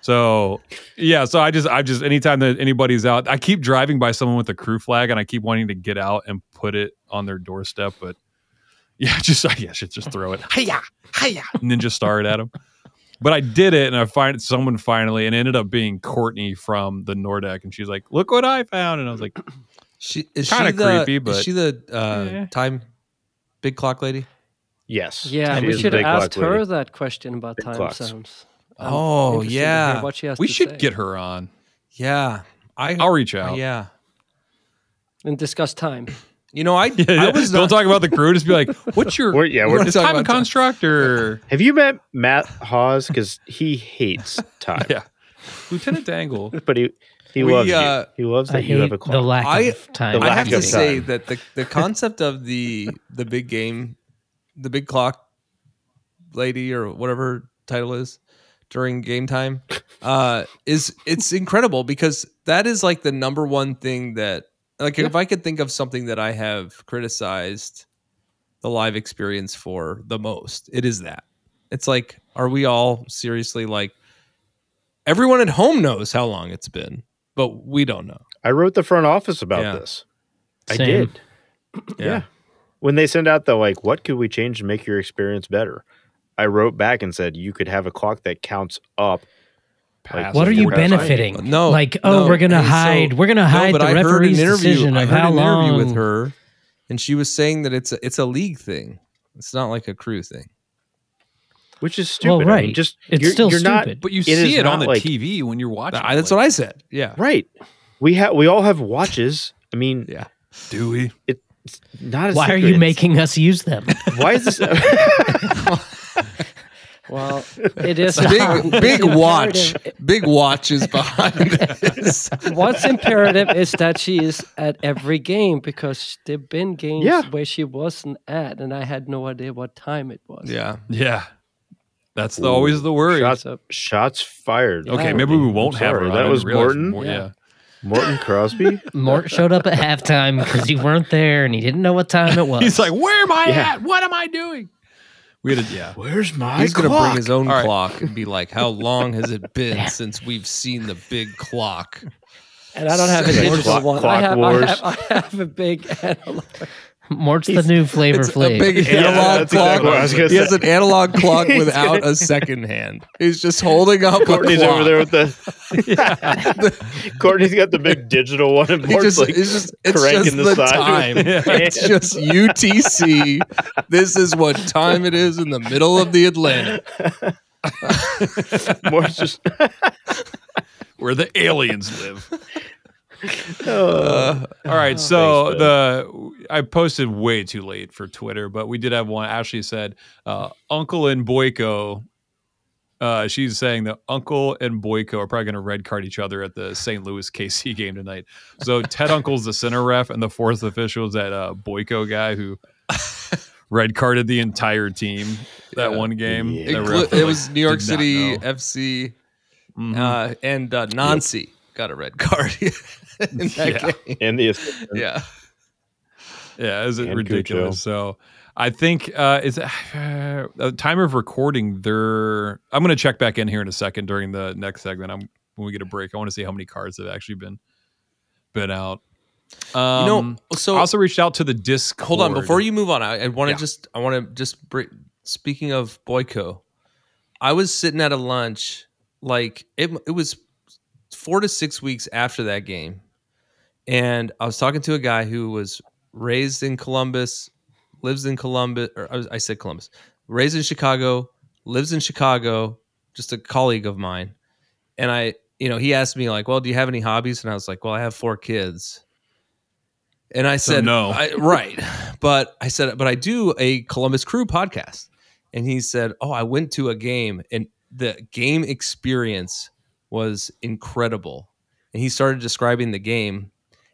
Speaker 4: So yeah, so I just I just anytime that anybody's out, I keep driving by someone with a crew flag, and I keep wanting to get out and put it on their doorstep, but yeah, just I guess should just throw it, hiya, hiya, and then just stare it at them. But I did it, and I find someone finally, and it ended up being Courtney from the Nordic, and she's like, "Look what I found," and I was like,
Speaker 3: She is
Speaker 4: Kinda
Speaker 3: she the,
Speaker 4: creepy,
Speaker 3: is
Speaker 4: but-
Speaker 3: she the uh,
Speaker 4: Yeah.
Speaker 3: time big clock lady?
Speaker 5: Yes.
Speaker 6: Yeah,
Speaker 5: She
Speaker 6: we
Speaker 5: is a
Speaker 6: should have
Speaker 5: big clock
Speaker 6: asked
Speaker 5: lady.
Speaker 6: her that question about
Speaker 5: Big
Speaker 6: time
Speaker 5: clocks.
Speaker 6: zones. I'm
Speaker 3: Oh
Speaker 6: interested to hear
Speaker 3: yeah,
Speaker 6: what she has
Speaker 4: "We
Speaker 6: to
Speaker 4: should
Speaker 6: say.
Speaker 4: get her on."
Speaker 3: yeah. I
Speaker 4: I'll reach out.
Speaker 3: Oh, yeah.
Speaker 6: and discuss time.
Speaker 3: You know, I
Speaker 4: Yeah,
Speaker 3: I was
Speaker 4: don't
Speaker 3: not,
Speaker 4: talk about the crew. Just be like, "What's your
Speaker 5: We're- yeah,
Speaker 4: you
Speaker 5: we're
Speaker 4: want
Speaker 3: just
Speaker 4: a
Speaker 3: talking
Speaker 4: time
Speaker 3: about time.
Speaker 4: construct or
Speaker 5: Have you met Matt Hawes? Because he hates time.
Speaker 4: yeah, Lieutenant Dangle?"
Speaker 5: But he he
Speaker 3: We,
Speaker 5: loves
Speaker 3: uh,
Speaker 5: you. He loves
Speaker 7: I
Speaker 5: that you
Speaker 7: hate
Speaker 5: have a
Speaker 7: the
Speaker 5: clock.
Speaker 7: lack
Speaker 3: I-
Speaker 7: of time.
Speaker 5: the
Speaker 3: I
Speaker 5: lack
Speaker 3: have to
Speaker 5: of
Speaker 3: say
Speaker 5: time.
Speaker 3: that the the concept of the the big game, the big clock lady or whatever her title is during game time, uh, is it's incredible because that is like the number one thing that like if I could think of something that I have criticized the live experience for the most, it is that. It's like, are we all seriously like everyone at home knows how long it's been, but we don't know.
Speaker 5: I wrote the front office about
Speaker 3: Yeah.
Speaker 5: this. I
Speaker 7: Same.
Speaker 5: did. Yeah. When they send out the like, what could we change to make your experience better? I wrote back and said you could have a clock that counts up.
Speaker 4: Past
Speaker 7: What are you
Speaker 5: Four hours.
Speaker 7: benefiting?
Speaker 3: No,
Speaker 7: like oh,
Speaker 3: no.
Speaker 7: we're gonna
Speaker 3: Hey, so-
Speaker 7: hide. we're gonna hide
Speaker 3: no, but I
Speaker 7: the
Speaker 3: heard an
Speaker 7: referee's
Speaker 3: interview.
Speaker 7: decision
Speaker 3: I
Speaker 7: of
Speaker 3: heard
Speaker 7: how
Speaker 3: an
Speaker 7: long.
Speaker 3: interview with her, and she was saying that it's a it's a league thing. It's not like a crew thing.
Speaker 5: Which is stupid.
Speaker 7: Well,
Speaker 5: I mean,
Speaker 7: right.
Speaker 5: just
Speaker 7: It's
Speaker 5: you're,
Speaker 7: still
Speaker 5: you're not-
Speaker 7: stupid.
Speaker 4: But you
Speaker 5: is
Speaker 4: see it on
Speaker 5: not
Speaker 4: the
Speaker 5: like-
Speaker 4: TV when you're watching.
Speaker 3: I- that's what I said. Yeah,
Speaker 5: right. We have we all have watches. I mean,
Speaker 3: yeah.
Speaker 4: I do. We
Speaker 5: it's not. A
Speaker 7: Why are
Speaker 5: secret.
Speaker 7: you making us use them?
Speaker 5: It's- Why is this?
Speaker 6: Well, it is
Speaker 3: Big
Speaker 6: not-
Speaker 3: big
Speaker 6: it's
Speaker 3: watch,
Speaker 6: imperative-
Speaker 3: big watch is behind this.
Speaker 6: What's imperative is that she is at every game because there've been games
Speaker 5: Yeah.
Speaker 6: where she wasn't at, and I had no idea what time it was.
Speaker 3: Yeah,
Speaker 4: yeah. That's the, always the worry.
Speaker 5: Shots,
Speaker 6: So-
Speaker 5: shots fired.
Speaker 4: okay,
Speaker 6: Yeah.
Speaker 4: maybe we won't
Speaker 5: I'm
Speaker 4: have her.
Speaker 5: sorry,
Speaker 4: on. I
Speaker 5: That
Speaker 4: didn't
Speaker 5: was
Speaker 4: realize
Speaker 5: Morton.
Speaker 4: Mor-
Speaker 6: Yeah.
Speaker 4: yeah.
Speaker 5: Morton Crosby.
Speaker 7: Mort showed up at halftime because you weren't there and he didn't know what time it was.
Speaker 4: He's like, "Where am I
Speaker 5: Yeah.
Speaker 4: at? What am I doing?" We had a, yeah.
Speaker 5: Where's my
Speaker 3: he's gonna bring his own
Speaker 4: All right.
Speaker 3: clock and be like, "How long has it been since we've seen the big clock?"
Speaker 6: And I don't have a
Speaker 3: Clock-
Speaker 6: digital one.
Speaker 5: clock
Speaker 6: I, have,
Speaker 5: wars.
Speaker 6: I, have, I have a big analog.
Speaker 7: Mort's the new flavor
Speaker 3: It's
Speaker 7: flavor.
Speaker 3: a big
Speaker 5: Yeah,
Speaker 3: analog
Speaker 5: that's
Speaker 3: clock.
Speaker 5: exactly what I was gonna
Speaker 3: he has
Speaker 5: say.
Speaker 3: an analog clock without a second hand. He's just holding up. a
Speaker 5: Courtney's
Speaker 3: clock.
Speaker 5: over there with the. Courtney's got the big digital one, and
Speaker 3: He
Speaker 5: Morton's
Speaker 3: just,
Speaker 5: like
Speaker 3: it's just, it's
Speaker 5: cranking
Speaker 3: just
Speaker 5: the
Speaker 3: the,
Speaker 5: side
Speaker 3: time.
Speaker 5: with his hand.
Speaker 3: It's just UTC. this is what time it is in the middle of the Atlantic.
Speaker 5: Morton's just.
Speaker 4: Where the aliens live.
Speaker 5: Oh.
Speaker 3: Uh,
Speaker 4: All right, so
Speaker 5: Thanks,
Speaker 4: the I posted way too late for Twitter, but we did have one. Ashley said, uh, "Uncle and Boyko." Uh, she's saying that Uncle and Boyko are probably going to red card each other at the St. Louis KC game tonight. So Ted Uncle's the center ref, and the fourth official is that uh, Boyko guy who red carded the entire team that
Speaker 3: Yeah.
Speaker 4: one game.
Speaker 5: Yeah.
Speaker 4: The
Speaker 3: it,
Speaker 4: ref,
Speaker 3: gl- it
Speaker 4: like,
Speaker 3: was New York
Speaker 4: did not
Speaker 3: City
Speaker 4: know.
Speaker 3: FC
Speaker 4: Mhm.
Speaker 3: uh, and uh, Nancy got a red card in that
Speaker 4: Yeah.
Speaker 3: game.
Speaker 5: and the
Speaker 3: Yeah.
Speaker 4: Yeah, is it
Speaker 5: And
Speaker 4: ridiculous?
Speaker 5: Cujo.
Speaker 4: So I think uh, is uh, the time of recording. There, I'm going to check back in here in a second during the next segment. I'm when we get a break. I want to see how many cards have actually been been out. Um,
Speaker 3: You know, so
Speaker 4: I also reached out to the Discord.
Speaker 3: hold on before you move on i, I want to
Speaker 4: Yeah.
Speaker 3: just i want to just br- speaking of boyko i was sitting at a lunch like it, it was four to six weeks after that game and i was talking to a guy who was raised in columbus lives in columbus or I, was, I said columbus raised in chicago lives in chicago just a colleague of mine and i you know he asked me like well do you have any hobbies and i was like well i have four kids and i
Speaker 4: So
Speaker 3: said
Speaker 4: no.
Speaker 3: I, right but i said but i do a columbus crew podcast and he said oh i went to a game and the game experience was incredible and he started describing the game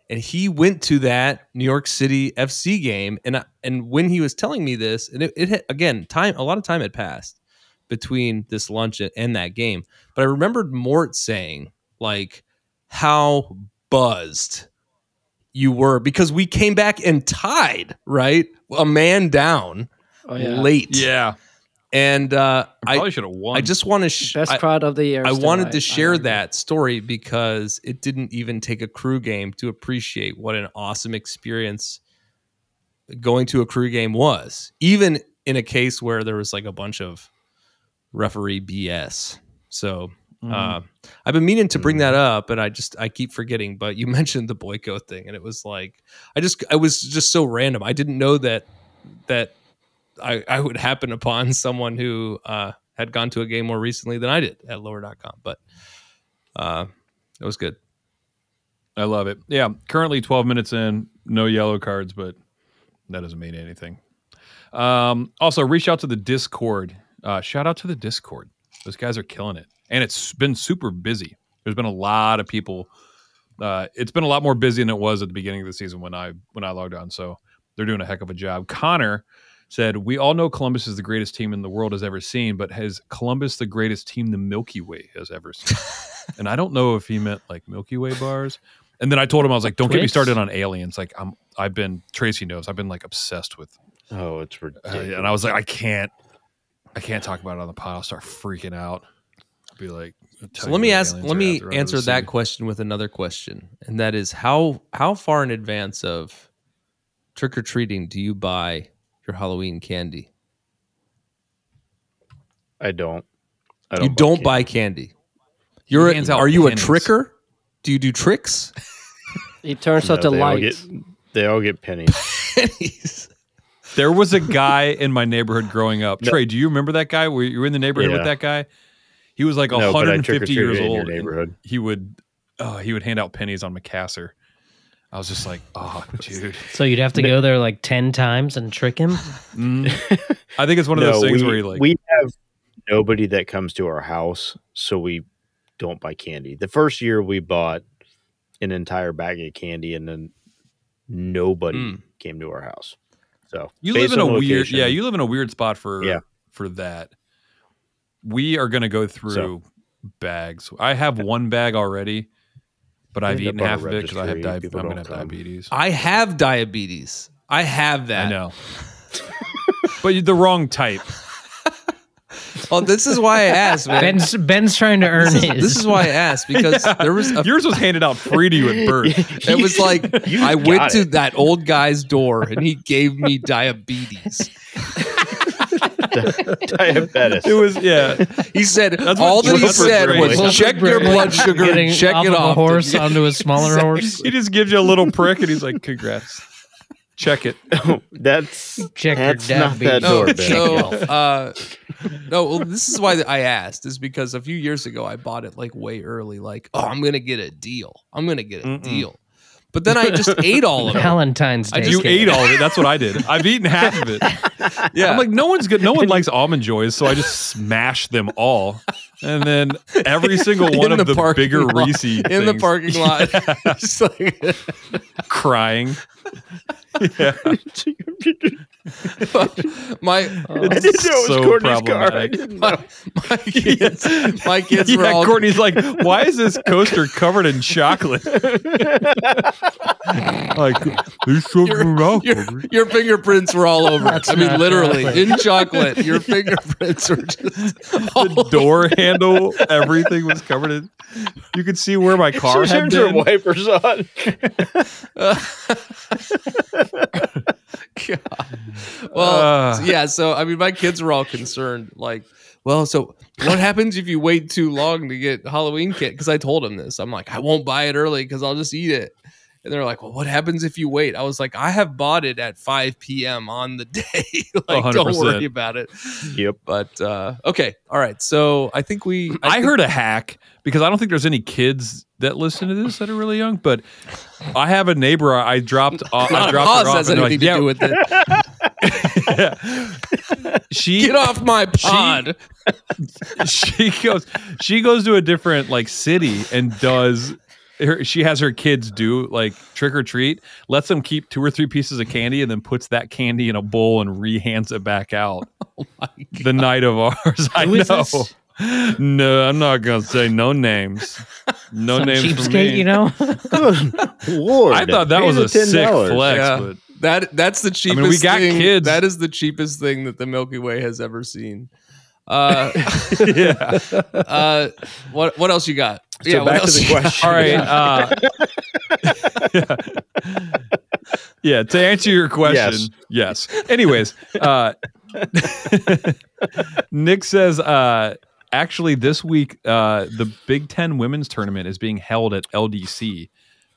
Speaker 3: and he went to that New York City FC game and I- and when he was telling me this and it, it had, again time a lot of time had passed between this lunch and- and that game but I remembered Mort saying like how buzzed you were because we came back and tied right a man down
Speaker 6: Oh, yeah.
Speaker 3: late
Speaker 4: yeah,
Speaker 3: and uh, I
Speaker 4: Probably should have won.
Speaker 3: I just want to sh-
Speaker 6: Best
Speaker 3: I,
Speaker 6: crowd of the year.
Speaker 3: I
Speaker 6: still,
Speaker 3: wanted to share
Speaker 6: argue.
Speaker 3: that story because it didn't even take a crew game to appreciate what an awesome experience going to a crew game was, even in a case where there was like a bunch of referee BS. So
Speaker 4: Mm.
Speaker 3: uh, I've been meaning to bring that up, and I just I keep forgetting. But you mentioned the boycott thing, and it was like I just I was just so random. I didn't know that that I, I would happen upon someone who uh, had gone to a game more recently than I did at lower.com. But uh, it was good.
Speaker 4: I love it. Yeah, currently 12 minutes in, no yellow cards, but that doesn't mean anything. Um, also, reach out to the Discord. Uh, shout out to the Discord. Those guys are killing it. And it's been super busy. There's been a lot of people. Uh, it's been a lot more busy than it was at the beginning of the season when I when I logged on. So they're doing a heck of a job. Connor said, "We all know Columbus is the greatest team in the world has ever seen, but has Columbus the greatest team the Milky Way has ever seen?" and I don't know if he meant like Milky Way bars. And then I told him I was like, "Don't get me
Speaker 7: Twix?
Speaker 4: started on aliens. Like I'm, I've been Tracy knows I've been like obsessed with
Speaker 5: Oh, it's
Speaker 4: uh,
Speaker 5: ridiculous.
Speaker 4: and I was like, I can't, I can't talk about it on the pod. I'll start freaking out. I'll be like, I'll tell
Speaker 3: So
Speaker 4: you
Speaker 3: let
Speaker 4: where
Speaker 3: me
Speaker 4: the
Speaker 3: ask,
Speaker 4: aliens
Speaker 3: let
Speaker 4: are
Speaker 3: me
Speaker 4: out there under
Speaker 3: answer
Speaker 4: the
Speaker 3: that
Speaker 4: sea.
Speaker 3: question with another question, and that is how how far in advance of trick or treating do you buy your Halloween candy?
Speaker 5: I don't. I
Speaker 3: you don't
Speaker 5: candy.
Speaker 3: buy candy. You're
Speaker 4: hands
Speaker 3: a,
Speaker 4: out
Speaker 3: are you a
Speaker 4: pennies.
Speaker 3: tricker? Do you do tricks?
Speaker 6: It turns out
Speaker 5: No,
Speaker 6: the
Speaker 5: they all
Speaker 6: light.
Speaker 5: get they all get pennies.
Speaker 3: Pennies.
Speaker 4: There was a guy in my neighborhood growing up.
Speaker 5: No.
Speaker 4: Trey, do you remember that guy? Were you in the neighborhood with
Speaker 5: Yeah.
Speaker 4: that guy? He was like
Speaker 5: no, but I trick or
Speaker 4: 150 years
Speaker 5: treated in your
Speaker 4: old. and
Speaker 5: neighborhood.
Speaker 4: He would, oh, he would hand out pennies on Macassar. I was just like, oh, dude.
Speaker 7: So you'd have to go there like ten times and trick him.
Speaker 4: Mm. I think it's one of those
Speaker 5: No,
Speaker 4: things
Speaker 5: we,
Speaker 4: where you like,
Speaker 5: we have nobody that comes to our house, so we don't buy candy. The first year we bought an entire bag of candy, and then nobody
Speaker 3: Mm.
Speaker 5: came to our house. So
Speaker 4: Hmm. You
Speaker 5: based
Speaker 4: live in a
Speaker 5: on
Speaker 4: weird
Speaker 5: location-
Speaker 4: yeah, you live in a weird spot for
Speaker 5: Yeah.
Speaker 4: for that. We are gonna go through bags. I have one bag already, but I've
Speaker 5: End up
Speaker 4: eaten
Speaker 5: on a
Speaker 4: half of it because I have
Speaker 5: registry,
Speaker 4: di- I'm
Speaker 5: people
Speaker 4: gonna
Speaker 5: don't
Speaker 4: have
Speaker 5: come.
Speaker 4: diabetes.
Speaker 3: I have diabetes. I have that.
Speaker 4: I know. but you're the wrong type.
Speaker 3: Oh, this is why I asked, man.
Speaker 7: Ben's Ben's trying to earn
Speaker 3: this, is,
Speaker 7: his.
Speaker 3: this is why I asked because there was a
Speaker 4: Yours was handed out free to you at birth.
Speaker 3: It was like
Speaker 5: You
Speaker 3: I
Speaker 5: got
Speaker 3: went to
Speaker 5: it.
Speaker 3: that old guy's door and he gave me diabetes.
Speaker 4: It
Speaker 5: diabetes.
Speaker 4: was yeah.
Speaker 3: He said
Speaker 4: That's what
Speaker 3: all that he
Speaker 4: Rupert
Speaker 3: said
Speaker 4: Brady-
Speaker 3: was
Speaker 4: Rupert
Speaker 3: check your
Speaker 7: Brady
Speaker 3: blood sugar
Speaker 7: getting
Speaker 3: and check
Speaker 7: off
Speaker 3: it
Speaker 7: of a
Speaker 3: off.
Speaker 7: horse onto a smaller horse.
Speaker 4: He just gives you a little prick and he's like, Congrats. Check it.
Speaker 5: That's
Speaker 7: Check your
Speaker 5: That's not
Speaker 7: diabetes.
Speaker 5: that
Speaker 3: no,
Speaker 4: Oh,
Speaker 5: door, Ben.
Speaker 3: so uh, no. Well, this is why I asked is because a few years ago I bought it like way early. Like, oh, I'm gonna get a deal. I'm gonna get a
Speaker 4: Mm-mm.
Speaker 3: deal. But then I just ate all of it.
Speaker 7: Valentine's Day.
Speaker 3: I
Speaker 4: You
Speaker 3: just
Speaker 7: cake.
Speaker 4: ate all of it. That's what I did. I've eaten half of it.
Speaker 3: Yeah,
Speaker 4: I'm like, no one's good. No one likes almond joys, so I just smash them all, and then every single one
Speaker 3: In
Speaker 4: of the,
Speaker 3: parking
Speaker 4: bigger
Speaker 3: lot-
Speaker 4: Reese
Speaker 3: in the
Speaker 4: things
Speaker 3: parking lot. Just like,
Speaker 4: crying. Yeah,
Speaker 3: my
Speaker 5: I didn't know it was
Speaker 4: so
Speaker 5: Courtney's car. I
Speaker 4: problematic.
Speaker 5: didn't know.
Speaker 3: my, my kids, my kids were
Speaker 4: yeah,
Speaker 3: all
Speaker 4: Courtney's like, why is this coaster covered in chocolate? like, there's something
Speaker 3: You're-
Speaker 4: wrong.
Speaker 3: your,
Speaker 4: with it.
Speaker 3: your fingerprints were all over it. I mean,
Speaker 7: not
Speaker 3: literally
Speaker 7: chocolate.
Speaker 3: in chocolate, your fingerprints were just all
Speaker 4: The door handle, everything was covered in. You could see where my car
Speaker 5: She
Speaker 4: had
Speaker 5: turned her
Speaker 4: been.
Speaker 5: wipers on.
Speaker 3: God. Well,
Speaker 4: Uh.
Speaker 3: yeah. So I mean, my kids were all concerned. Like, well, so what happens if you wait too long to get Halloween kit? Because I told them this. I'm like, I won't buy it early because I'll just eat it. And they're like, well, what happens if you wait? I was like, I have bought it at 5 p.m. on the day. like, do not
Speaker 4: 100%.
Speaker 3: worry about it.
Speaker 5: Yep.
Speaker 3: But uh, okay, all right. So I think we.
Speaker 4: I
Speaker 3: think-
Speaker 4: heard a hack because I don't think there's any kids that listen to this that are really young, but I have a neighbor I dropped off.
Speaker 3: Not
Speaker 4: I
Speaker 3: a
Speaker 4: dropped
Speaker 3: pause
Speaker 4: her off
Speaker 3: has
Speaker 4: and they're
Speaker 3: anything
Speaker 4: like,
Speaker 3: to
Speaker 4: yeah,
Speaker 3: do with it.
Speaker 4: she
Speaker 3: Get off my pod.
Speaker 4: she goes she goes to a different like city and does her, she has her kids do like trick or treat, lets them keep two or three pieces of candy, and then puts that candy in a bowl and rehands it back out. the night of ours, I
Speaker 7: Oh Who is
Speaker 4: know.
Speaker 7: this?
Speaker 4: No, I'm not gonna say no names. No
Speaker 7: Some
Speaker 4: names for
Speaker 7: cheapskate,
Speaker 4: me.
Speaker 7: you know.
Speaker 5: Lord,
Speaker 4: I thought that was a
Speaker 5: here's the
Speaker 4: sick
Speaker 5: $10.
Speaker 4: flex,
Speaker 3: Yeah.
Speaker 4: but
Speaker 3: That that's the cheapest.
Speaker 4: we got
Speaker 3: thing-
Speaker 4: kids.
Speaker 3: That is the cheapest thing that the Milky Way has ever seen. Uh,
Speaker 4: yeah.
Speaker 3: uh, what what else you got?
Speaker 5: So
Speaker 3: what
Speaker 5: back to
Speaker 3: else
Speaker 5: the
Speaker 3: you got?
Speaker 5: question.
Speaker 4: All right. Uh, yeah. Yeah, To answer your question, yes. Anyways, uh, Nick says, uh, actually, this week uh, the Big Ten women's tournament is being held at LDC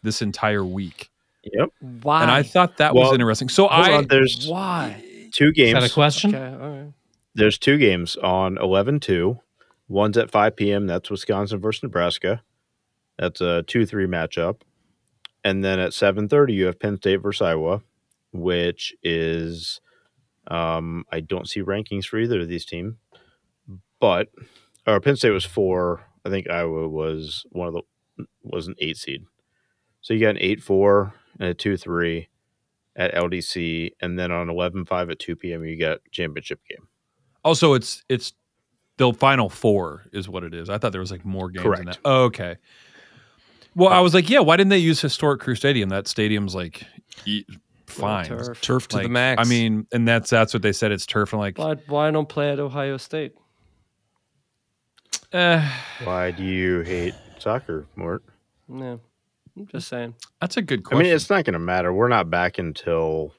Speaker 4: this entire week,
Speaker 5: Yep.
Speaker 6: Why?
Speaker 4: and I thought that was
Speaker 5: Well,
Speaker 4: interesting. So
Speaker 5: Hold
Speaker 4: I,
Speaker 5: on, there's
Speaker 6: Why?
Speaker 5: two
Speaker 7: Is that a
Speaker 5: games.
Speaker 7: question?
Speaker 6: Okay, all right.
Speaker 5: there's two games on 11 2. One's at 5 p.m. That's Wisconsin versus Nebraska. That's a 2 3 matchup. And then at 7.30, you have Penn State versus Iowa, which is, um, I don't see rankings for either of these teams. But, or Penn State was four. I think Iowa was one of the, was an eight seed. So you got an 8 4 and a 2 3 at LDC. And then on 11 5 at 2 p.m., you got championship game.
Speaker 4: also it's it's the final four is what it is. I thought there was like more games. In that.
Speaker 5: Correct.
Speaker 4: Oh, okay. Well, I was like, yeah. Why didn't they use historic Crew Stadium? That stadium's like e- fine.
Speaker 6: Turf.
Speaker 3: Turf to
Speaker 4: Like,
Speaker 3: the max.
Speaker 4: I mean, and that's that's what they said. It's turf and like,
Speaker 6: But why not play at Ohio State?
Speaker 4: eh,
Speaker 5: Why do you hate soccer, Mort?
Speaker 6: No, I'm just saying.
Speaker 4: that's a good
Speaker 5: I
Speaker 4: question.
Speaker 5: mean, it's not going to matter. We're not back until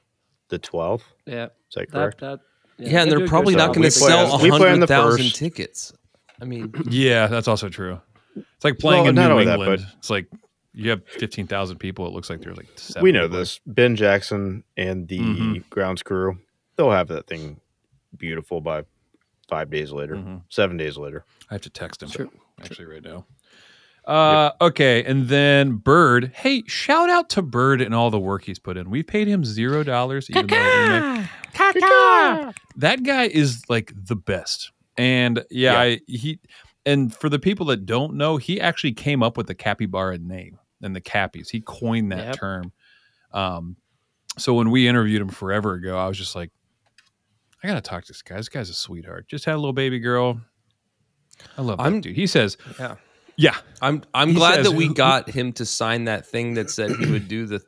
Speaker 5: the 12th.
Speaker 6: Yeah,
Speaker 5: Is that
Speaker 6: that
Speaker 5: correct?
Speaker 6: that.
Speaker 3: yeah, and
Speaker 6: they
Speaker 3: they're
Speaker 6: do a good
Speaker 3: probably not
Speaker 5: job.
Speaker 3: going to
Speaker 5: We play
Speaker 3: sell
Speaker 5: on- we play on
Speaker 3: hundred
Speaker 5: the
Speaker 3: thousand
Speaker 5: first.
Speaker 3: tickets. I mean,
Speaker 4: yeah, that's also true. It's like playing
Speaker 5: Well,
Speaker 4: in
Speaker 5: not
Speaker 4: New
Speaker 5: only that,
Speaker 4: England. it's like you have fifteen thousand people. It looks like there's like seven
Speaker 5: we know
Speaker 4: people.
Speaker 5: this. Ben Jackson and the
Speaker 4: Mhm.
Speaker 5: grounds crew, they'll have that thing beautiful by five days later,
Speaker 4: Mhm.
Speaker 5: seven days later.
Speaker 4: I have to text him
Speaker 6: Sure.
Speaker 4: actually right now. Uh, Okay, and then Bird. Hey, shout out to Bird and all the work he's put in. We paid him zero dollars. even though we make- That guy is like the best. And yeah, I, he and for the people that don't know, he actually came up with the capybara name and the cappies. He coined that
Speaker 6: Yep.
Speaker 4: term. Um, so when we interviewed him forever ago, I was just like, I gotta talk to this guy. This guy's a sweetheart. Just had a little baby girl. I love that
Speaker 3: I'm-
Speaker 4: dude. He says,
Speaker 3: Yeah.
Speaker 4: yeah,
Speaker 3: I'm I'm
Speaker 4: He
Speaker 3: glad
Speaker 4: says-
Speaker 3: that we got him to sign that thing that said he would do the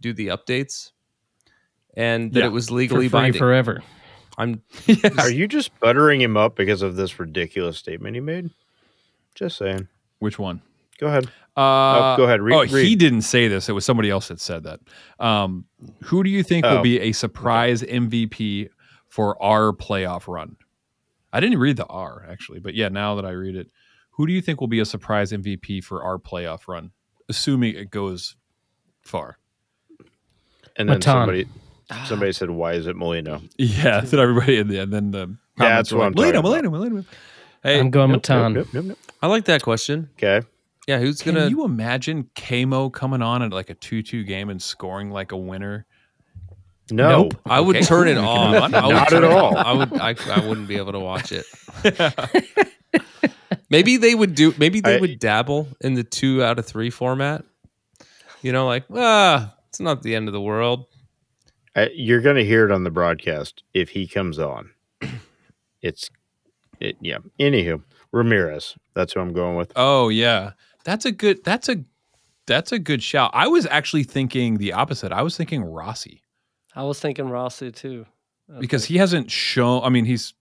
Speaker 3: do the updates, and that
Speaker 4: Yeah,
Speaker 3: it was
Speaker 7: For
Speaker 3: legally
Speaker 7: free
Speaker 3: binding.
Speaker 7: forever.
Speaker 3: I'm
Speaker 5: Are you just buttering him up because of this ridiculous statement he made? Just saying.
Speaker 4: Which one?
Speaker 5: Go ahead.
Speaker 4: Uh,
Speaker 5: go ahead, read-
Speaker 4: oh, he
Speaker 5: read.
Speaker 4: didn't say this. It was somebody else that said that. Um, who do you think will
Speaker 5: Oh.
Speaker 4: be a surprise MVP for our playoff run? I didn't read the R actually, but yeah, now that I read it, who do you think will be a surprise MVP for our playoff run, assuming it goes far?
Speaker 5: And then
Speaker 7: Matan.
Speaker 5: somebody somebody said, Why is it Molino?
Speaker 4: Yeah, that everybody in the and then the
Speaker 5: That's
Speaker 4: comments were
Speaker 5: what
Speaker 4: like,
Speaker 5: I'm talking
Speaker 4: Melina,
Speaker 5: about.
Speaker 4: Melina, Melina. Hey,
Speaker 7: I'm going
Speaker 5: Nope,
Speaker 7: Matan.
Speaker 5: nope, nope, nope, nope.
Speaker 3: I like that question.
Speaker 5: Okay.
Speaker 3: Yeah, who's
Speaker 4: Can
Speaker 3: gonna?
Speaker 4: you imagine Kamo coming on at like a two-two game and scoring like a winner?
Speaker 5: No.
Speaker 7: Nope.
Speaker 3: I would
Speaker 4: Okay,
Speaker 3: turn
Speaker 4: cool.
Speaker 3: it
Speaker 4: We can
Speaker 3: off.
Speaker 4: move on.
Speaker 3: I would
Speaker 5: Not
Speaker 3: turn
Speaker 5: at
Speaker 3: it-
Speaker 5: all.
Speaker 3: I would. I, I wouldn't be able to watch it. maybe they would do. Maybe they
Speaker 5: I-
Speaker 3: would dabble in the two out of three format. You know, like ah, it's not the end of the world.
Speaker 5: I, Uh, you're going to hear it on the broadcast if he comes on. It's, it, yeah. Anywho, Ramirez. That's who I'm going with.
Speaker 4: Oh yeah, that's a good. That's a that's a good shout. I was actually thinking the opposite. I was thinking Rossi
Speaker 6: I was thinking Rossi too. I
Speaker 4: because
Speaker 6: think.
Speaker 4: he hasn't shown. I mean, he's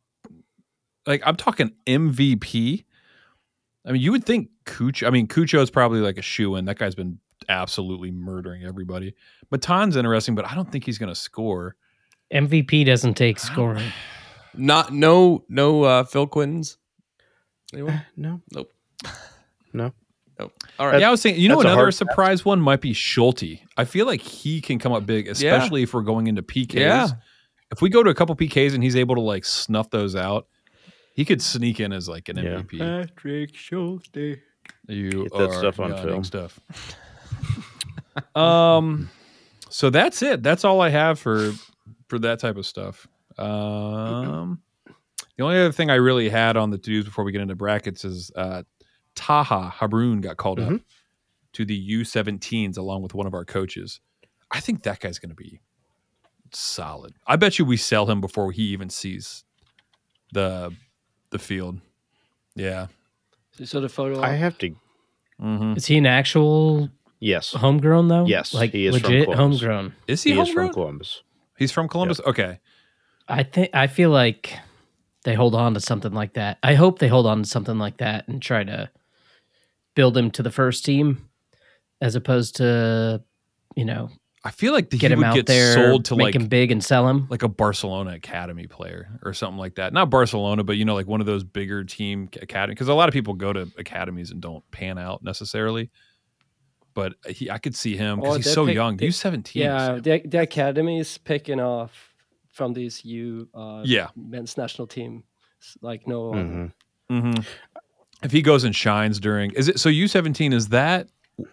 Speaker 4: like I'm talking MVP. I mean, you would think Cucho. I mean, Cucho's probably like a shoe in. That guy's been absolutely murdering everybody. Baton's interesting, but I don't think he's going to score.
Speaker 7: MVP doesn't take scoring.
Speaker 3: Not no no uh, Phil Quintons.
Speaker 7: Uh,
Speaker 3: Anyone?
Speaker 5: No.
Speaker 3: Nope.
Speaker 5: No.
Speaker 3: All
Speaker 5: uh,
Speaker 3: right.
Speaker 4: yeah, I was saying, you know,
Speaker 5: that's a
Speaker 4: another
Speaker 5: hard-
Speaker 4: surprise one might be Schulte. I feel like he can come up big, especially if we're going into PKs.
Speaker 3: Yeah.
Speaker 4: If we go to a couple PKs and he's able to like snuff those out, he could sneak in as like an
Speaker 5: Yeah.
Speaker 4: MVP. Patrick Schulte. You
Speaker 5: Get that
Speaker 4: are
Speaker 5: stuff on
Speaker 4: yawning
Speaker 5: film.
Speaker 4: Stuff. um, so that's it. That's all I have for for that type of stuff. Um, the only other thing I really had on the to dos before we get into brackets is uh, Taha Haroon got called
Speaker 5: Mm-hmm.
Speaker 4: up to the U17s along with one of our coaches. I think that guy's going to be solid. I bet you we sell him before he even sees the the field. Yeah.
Speaker 3: Oh.
Speaker 6: You saw the photo.
Speaker 5: I have to.
Speaker 4: hmm
Speaker 7: Is he an actual
Speaker 5: Yes.
Speaker 3: Oh.
Speaker 7: Homegrown though?
Speaker 5: Yes,
Speaker 7: Like
Speaker 5: he is from
Speaker 7: legit
Speaker 5: Columbus.
Speaker 7: homegrown.
Speaker 4: Is he,
Speaker 5: He is from
Speaker 4: homegrown?
Speaker 5: Columbus.
Speaker 4: He's from Columbus. Okay.
Speaker 7: I think I feel like they hold on to something like that. I hope they hold on to something like that and try to build him to the first team as opposed to you know,
Speaker 4: I feel like
Speaker 7: get
Speaker 4: he
Speaker 7: him
Speaker 4: would
Speaker 7: out
Speaker 4: get
Speaker 7: there,
Speaker 4: sold to
Speaker 7: make
Speaker 4: like
Speaker 7: him big and sell him.
Speaker 4: like a Barcelona academy player or something like that. Not Barcelona, but you know, like one of those bigger team academy. Because a lot of people go to academies and don't pan out necessarily. But he, I could see him because
Speaker 6: Well,
Speaker 4: he's
Speaker 6: they
Speaker 4: so
Speaker 6: pick-
Speaker 4: young.
Speaker 6: they-
Speaker 4: He's seventeen.
Speaker 6: Yeah, the, the academy is picking off from these U uh,
Speaker 4: Yeah.
Speaker 6: men's national team, s- like no other.
Speaker 5: Mhm.
Speaker 7: Mm-hmm.
Speaker 4: Mhm. If he goes and shines during, is it so? U seventeen is that,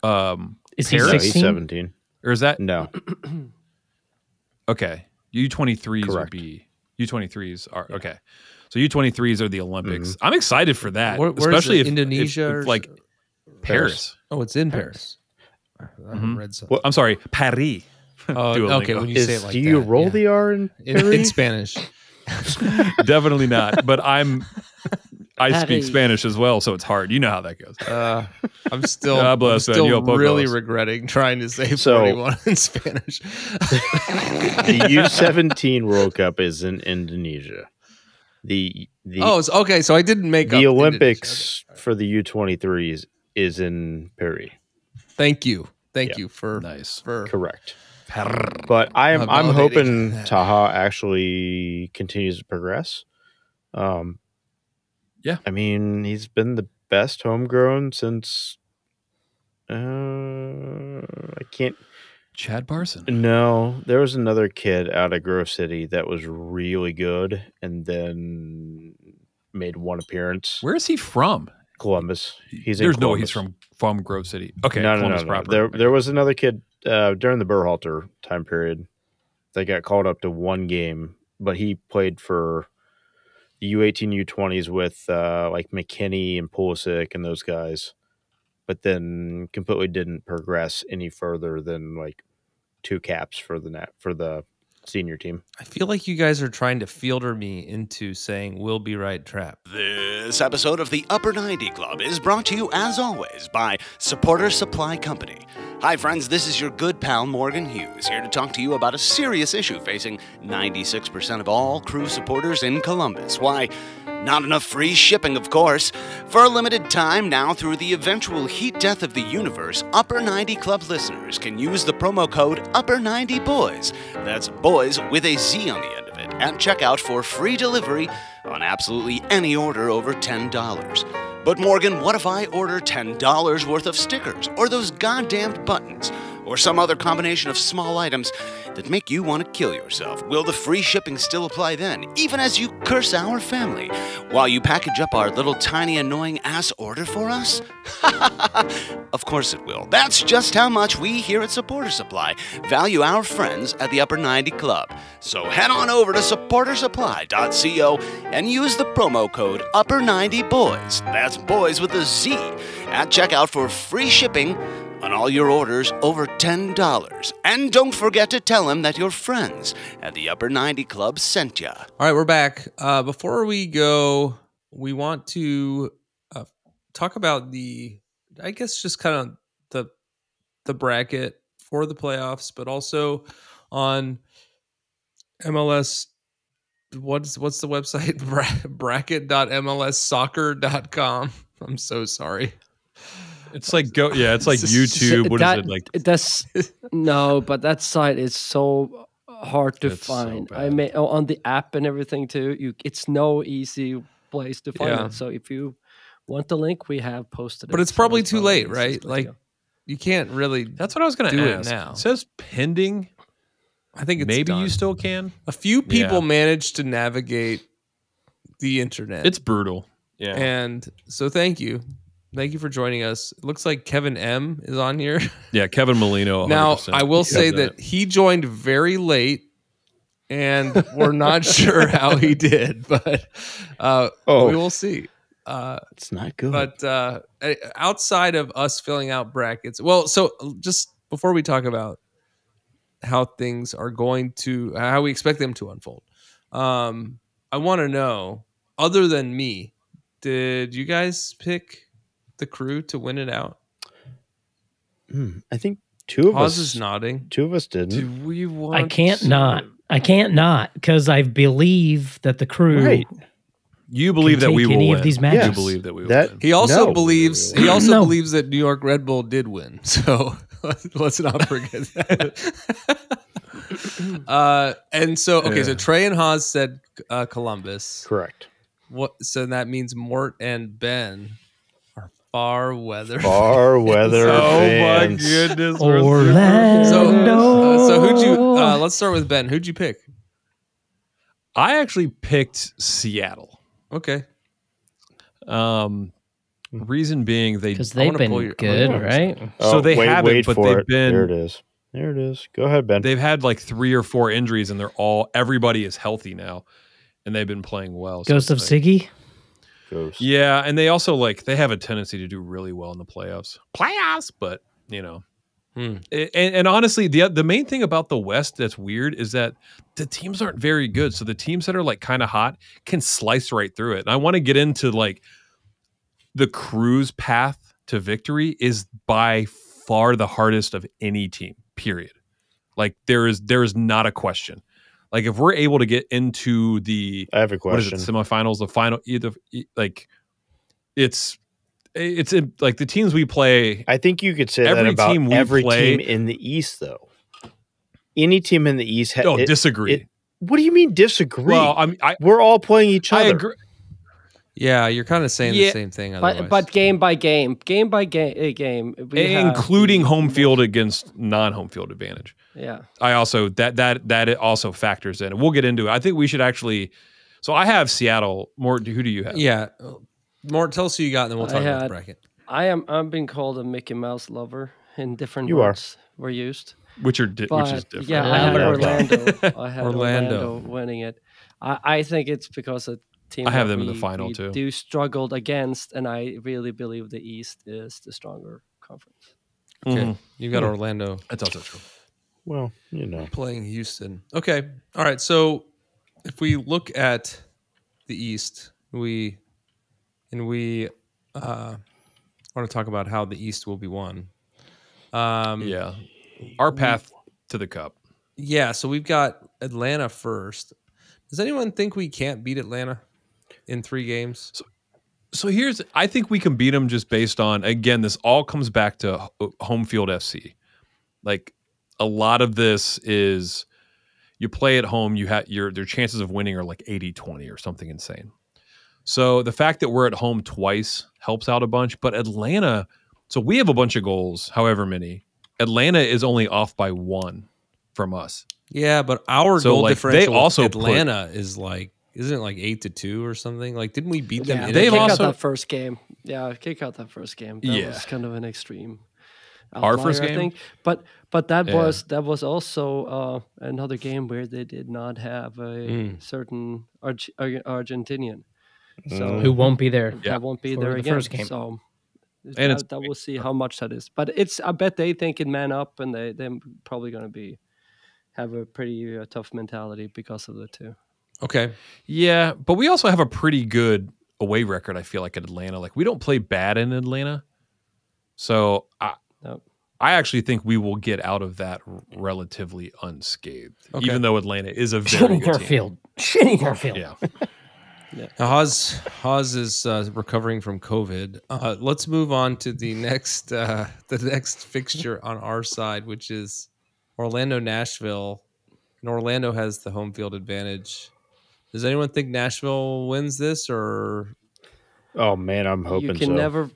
Speaker 4: um,
Speaker 7: Is he
Speaker 5: No,
Speaker 4: Paris?
Speaker 5: he's
Speaker 7: 16?
Speaker 5: 17.
Speaker 4: or is that
Speaker 5: No.
Speaker 4: okay? U twenty threes would
Speaker 5: Correct.
Speaker 4: be U twenty threes are okay. So U twenty threes are the Olympics.
Speaker 5: Mm-hmm.
Speaker 4: I'm excited for that,
Speaker 3: Where- where's
Speaker 4: especially
Speaker 3: it?
Speaker 4: if if-
Speaker 3: Indonesia
Speaker 4: if,
Speaker 3: or
Speaker 4: like
Speaker 3: s-
Speaker 4: Paris.
Speaker 3: Oh, it's in Paris. I haven't
Speaker 5: mm-hmm.
Speaker 4: Mhm.
Speaker 3: read something.
Speaker 5: Well,
Speaker 4: I'm sorry, Paris.
Speaker 3: Oh,
Speaker 4: Duolingo.
Speaker 3: okay. When you say it
Speaker 5: Is,
Speaker 3: like
Speaker 5: do you
Speaker 3: that,
Speaker 5: roll
Speaker 3: yeah.
Speaker 5: the R in
Speaker 3: in, in
Speaker 5: Paris?
Speaker 3: Spanish?
Speaker 4: Definitely not. But I'm I speak
Speaker 6: Paris.
Speaker 4: Spanish as well, so it's hard. You know how that goes.
Speaker 3: Uh, I'm still,
Speaker 4: God bless,
Speaker 3: I'm
Speaker 4: man.
Speaker 3: still
Speaker 4: Yo, pocos.
Speaker 3: really regretting trying to say
Speaker 5: So-
Speaker 3: 41 in Spanish.
Speaker 5: the U seventeen World Cup is in Indonesia. The the
Speaker 3: oh, it's, okay. So I didn't make up
Speaker 5: the
Speaker 3: Indonesia.
Speaker 5: Olympics for the U twenty threes is in Paris.
Speaker 3: Okay. Thank you. Thank
Speaker 5: Yeah.
Speaker 3: you for
Speaker 4: Nice.
Speaker 3: for
Speaker 5: Correct. But I am
Speaker 3: Uh,
Speaker 5: I'm
Speaker 3: validating
Speaker 5: hoping
Speaker 3: that.
Speaker 5: Taha actually continues to progress. Um
Speaker 4: Yeah.
Speaker 5: I mean, he's been the best homegrown since uh I can't
Speaker 4: Chad Barson.
Speaker 5: No, there was another kid out of Grove City that was really good and then made one appearance.
Speaker 4: Where is he from?
Speaker 5: Columbus. He's in
Speaker 4: There's no way he's
Speaker 5: Columbus.
Speaker 4: from from Grove City. Okay,
Speaker 5: no, no, no,
Speaker 4: Columbus
Speaker 5: no.
Speaker 4: proper.
Speaker 5: There, there was another kid uh, during the Burhalter time period that got called up to one game, but he played for the U18, U20s with uh, like McKinney and Pulisic and those guys, but then completely didn't progress any further than like two caps for the net for the senior team.
Speaker 3: I feel like you guys are trying to fielder me into saying we'll be right trap.
Speaker 9: This episode of the Upper 90 Club is brought to you, as always, by Supporter Supply Company. Hi, friends, this is your good pal Morgan Hughes here to talk to you about a serious issue facing 96% of all crew supporters in Columbus. Why? Not enough free shipping, of course. For a limited time now, through the eventual heat death of the universe, Upper 90 Club listeners can use the promo code Upper90Boys. That's boys with a Z on the end of it at checkout for free delivery on absolutely any order over $10. But Morgan, what if I order $10 worth of stickers or those goddamned buttons or some other combination of small items that make you want to kill yourself? Will the free shipping still apply then, even as you curse our family while you package up our little tiny annoying ass order for us? of course it will. That's just how much we here at Supporter Supply value our friends at the Upper 90 Club. So head on over to supportersupply.co and use the promo code Upper90Boys, that's boys with a Z, at checkout for free shipping on all your orders over $10. And don't forget to tell them that your friends at the Upper 90 Club sent ya.
Speaker 3: All right, we're back. Uh, before we go, we want to uh, talk about the, I guess, just kind of the the bracket for the playoffs, but also on MLS. What's what's the website? Bra- bracket.mlssoccer.com. I'm so sorry.
Speaker 4: it's like go yeah, it's like
Speaker 3: It's
Speaker 4: YouTube. What is
Speaker 6: that,
Speaker 4: it? Like
Speaker 6: that's no, but that site is so hard to
Speaker 4: It's so
Speaker 6: find. I
Speaker 4: bad.
Speaker 6: mean, oh, on the app and everything too. You, it's no easy place to find
Speaker 3: Yeah.
Speaker 6: it. So if you want the link, we have posted it.
Speaker 3: But it's
Speaker 6: So
Speaker 3: probably too
Speaker 6: probably
Speaker 3: late,
Speaker 6: the easiest
Speaker 3: right?
Speaker 6: way to
Speaker 3: Like
Speaker 6: go.
Speaker 3: you can't really.
Speaker 4: that's what I was gonna
Speaker 3: Do it
Speaker 4: ask.
Speaker 3: now.
Speaker 4: says pending.
Speaker 3: I think it's
Speaker 4: Maybe you
Speaker 3: done.
Speaker 4: still can.
Speaker 3: A few people
Speaker 4: Yeah.
Speaker 3: managed to navigate the internet.
Speaker 4: It's brutal. Yeah.
Speaker 3: And so thank you. Thank you for joining us. It looks like Kevin M is on here.
Speaker 4: yeah, Kevin Molino.
Speaker 3: Now,
Speaker 4: 100%.
Speaker 3: I will say
Speaker 4: Yeah.
Speaker 3: that he joined very late and we're not sure how he did, but uh,
Speaker 5: Oh.
Speaker 3: we will see. Uh,
Speaker 5: It's not good.
Speaker 3: but uh, outside of us filling out brackets, well, so just before we talk about how things are going to, how we expect them to unfold, um, I want to know, other than me, did you guys pick the crew to win it out?
Speaker 5: Hmm, I think two of
Speaker 3: Oz
Speaker 5: us
Speaker 3: is nodding.
Speaker 5: two of us didn't.
Speaker 3: Do we want?
Speaker 7: I can't
Speaker 3: to-
Speaker 7: not. I can't not because I believe that the crew
Speaker 5: Right.
Speaker 4: You believe that
Speaker 7: take
Speaker 4: we will
Speaker 7: any
Speaker 4: win.
Speaker 7: of these
Speaker 4: You
Speaker 7: matches.
Speaker 4: believe that we will
Speaker 5: That-
Speaker 4: win.
Speaker 3: He also
Speaker 5: No.
Speaker 3: believes. He also
Speaker 7: No.
Speaker 3: believes that New York Red Bull did win. So let's, let's not forget that. uh, and so okay, so
Speaker 4: Yeah.
Speaker 3: Trey and Haas said uh, Columbus.
Speaker 5: Correct.
Speaker 3: What? So that means Mort and Ben are far weather.
Speaker 5: Bar weather.
Speaker 4: Oh
Speaker 5: fans.
Speaker 4: my goodness.
Speaker 7: Oh.
Speaker 4: we're
Speaker 7: Orlando.
Speaker 4: super-
Speaker 3: So, uh, so who'd you? Uh,
Speaker 7: No.
Speaker 3: let's start with Ben. Who'd you pick?
Speaker 4: I actually picked Seattle.
Speaker 3: Okay,
Speaker 4: Um, reason being they
Speaker 7: because
Speaker 3: I
Speaker 7: they've
Speaker 3: wanna
Speaker 7: been
Speaker 3: pull your-
Speaker 7: good,
Speaker 3: I wanna-
Speaker 7: right?
Speaker 5: Oh,
Speaker 4: so they haven't, but they've been
Speaker 5: There it is. There it is. Go ahead, Ben.
Speaker 4: they've had like three or four injuries and they're all everybody is healthy now and they've been playing well. so
Speaker 7: Ghost of
Speaker 4: it's like-
Speaker 7: Siggy.
Speaker 5: Ghost.
Speaker 4: Yeah, and they also like they have a tendency to do really well in the playoffs. Playoffs, but you know.
Speaker 3: Hmm.
Speaker 4: A- And, and honestly, the the main thing about the West that's weird is that the teams aren't very good. So the teams that are like kind of hot can slice right through it. And I want to get into like the crew's path to victory is by far the hardest of any team. Period. Like there is there is not a question. Like if we're able to get into the
Speaker 5: I have a
Speaker 4: what is it
Speaker 5: question.
Speaker 4: semifinals the final either e- like it's it's in, like the teams we play
Speaker 5: I think you could say
Speaker 4: Every
Speaker 5: that about
Speaker 4: team we
Speaker 5: every
Speaker 4: play-
Speaker 5: team in the East, though. Any team in the East. Ha-
Speaker 4: don't
Speaker 5: it-
Speaker 4: disagree
Speaker 5: it- what do you mean disagree?
Speaker 4: well i'm i
Speaker 5: We're all playing each
Speaker 4: I
Speaker 5: other.
Speaker 4: agree.
Speaker 3: yeah, you're kind of saying the
Speaker 7: Yeah,
Speaker 3: same thing.
Speaker 6: But,
Speaker 3: Otherwise.
Speaker 6: but game by game, game by game, uh, game, we have
Speaker 4: including
Speaker 6: the-
Speaker 4: home field against non-home field advantage.
Speaker 6: Yeah,
Speaker 4: I also that that that it also factors in. We'll get into it. I think we should actually. So I have Seattle. More. Who do you have?
Speaker 3: yeah, Mort, tell us who you got, and then we'll
Speaker 6: I
Speaker 3: talk about the
Speaker 6: had-
Speaker 3: bracket.
Speaker 6: I am. I've been called a Mickey Mouse lover in different
Speaker 5: You are.
Speaker 6: words were used.
Speaker 4: Which are di-
Speaker 6: But
Speaker 4: which is different.
Speaker 6: yeah, I had
Speaker 5: Yeah.
Speaker 6: Orlando. I had
Speaker 3: Orlando.
Speaker 6: Orlando. winning it. I, I think it's because a team
Speaker 4: I have
Speaker 6: that
Speaker 4: them in the
Speaker 6: we-
Speaker 4: final,
Speaker 6: we
Speaker 4: too.
Speaker 6: Do struggled against, and I really believe the East is the stronger conference.
Speaker 3: Okay,
Speaker 4: Mhm.
Speaker 3: you got
Speaker 5: Hmm.
Speaker 3: Orlando
Speaker 4: That's also
Speaker 5: um,
Speaker 4: true.
Speaker 5: well, you know.
Speaker 3: playing Houston. Okay. All right. So if we look at the East, we and we uh, want to talk about how the East will be won. Um,
Speaker 4: Yeah, our path to the cup.
Speaker 3: yeah, So we've got Atlanta first. Does anyone think we can't beat Atlanta in three games?
Speaker 4: So here's, I think we can beat them just based on, again, this all comes back to ho- home field FC. Like a lot of this is you play at home, you have your, their chances of winning are like 80 20 or something insane. So the fact that we're at home twice helps out a bunch. But Atlanta, so we have a bunch of goals, however many. Atlanta is only off by one from us.
Speaker 3: Yeah, but our
Speaker 4: So,
Speaker 3: goal
Speaker 4: like, they
Speaker 3: differential with
Speaker 4: also put-
Speaker 3: Atlanta is like isn't it like eight to two or something? Like didn't we beat them?
Speaker 6: Yeah,
Speaker 3: in
Speaker 4: They've
Speaker 6: kick
Speaker 3: Atlanta?
Speaker 4: also-
Speaker 6: out that first game. Yeah, kick out that first game. That
Speaker 4: Yeah.
Speaker 6: was kind of an extreme.
Speaker 4: Our first
Speaker 6: outlier, I
Speaker 4: game?
Speaker 6: think. but but that
Speaker 4: Yeah.
Speaker 6: was that was also uh, another game where they did not have a
Speaker 3: Mm.
Speaker 6: certain Arge- Ar- Argentinian, so
Speaker 7: Who won't be there?
Speaker 4: Yeah.
Speaker 6: that won't be
Speaker 7: for
Speaker 6: there
Speaker 7: the
Speaker 6: again.
Speaker 7: first game.
Speaker 6: So and
Speaker 4: it's-
Speaker 6: that, that we'll see how much that is. But it's I bet they think it man up, and they they're probably going to be have a pretty uh, tough mentality because of the two.
Speaker 3: Okay.
Speaker 4: Yeah, but we also have a pretty good away record. I feel like at Atlanta, like we don't play bad in Atlanta, so I,
Speaker 6: Nope.
Speaker 4: I actually think we will get out of that r- relatively unscathed,
Speaker 3: Okay.
Speaker 4: even though Atlanta is a very good
Speaker 7: Shitty
Speaker 4: team.
Speaker 7: Garfield. Shitty Garfield.
Speaker 4: Yeah,
Speaker 3: Now, Haas, Haas is uh, recovering from COVID. Uh, let's move on to the next uh, the next fixture on our side, which is Orlando Nashville. And Orlando has the home field advantage. Does anyone think Nashville wins this, or
Speaker 5: Oh man, I'm hoping
Speaker 6: you can
Speaker 5: so.
Speaker 6: never.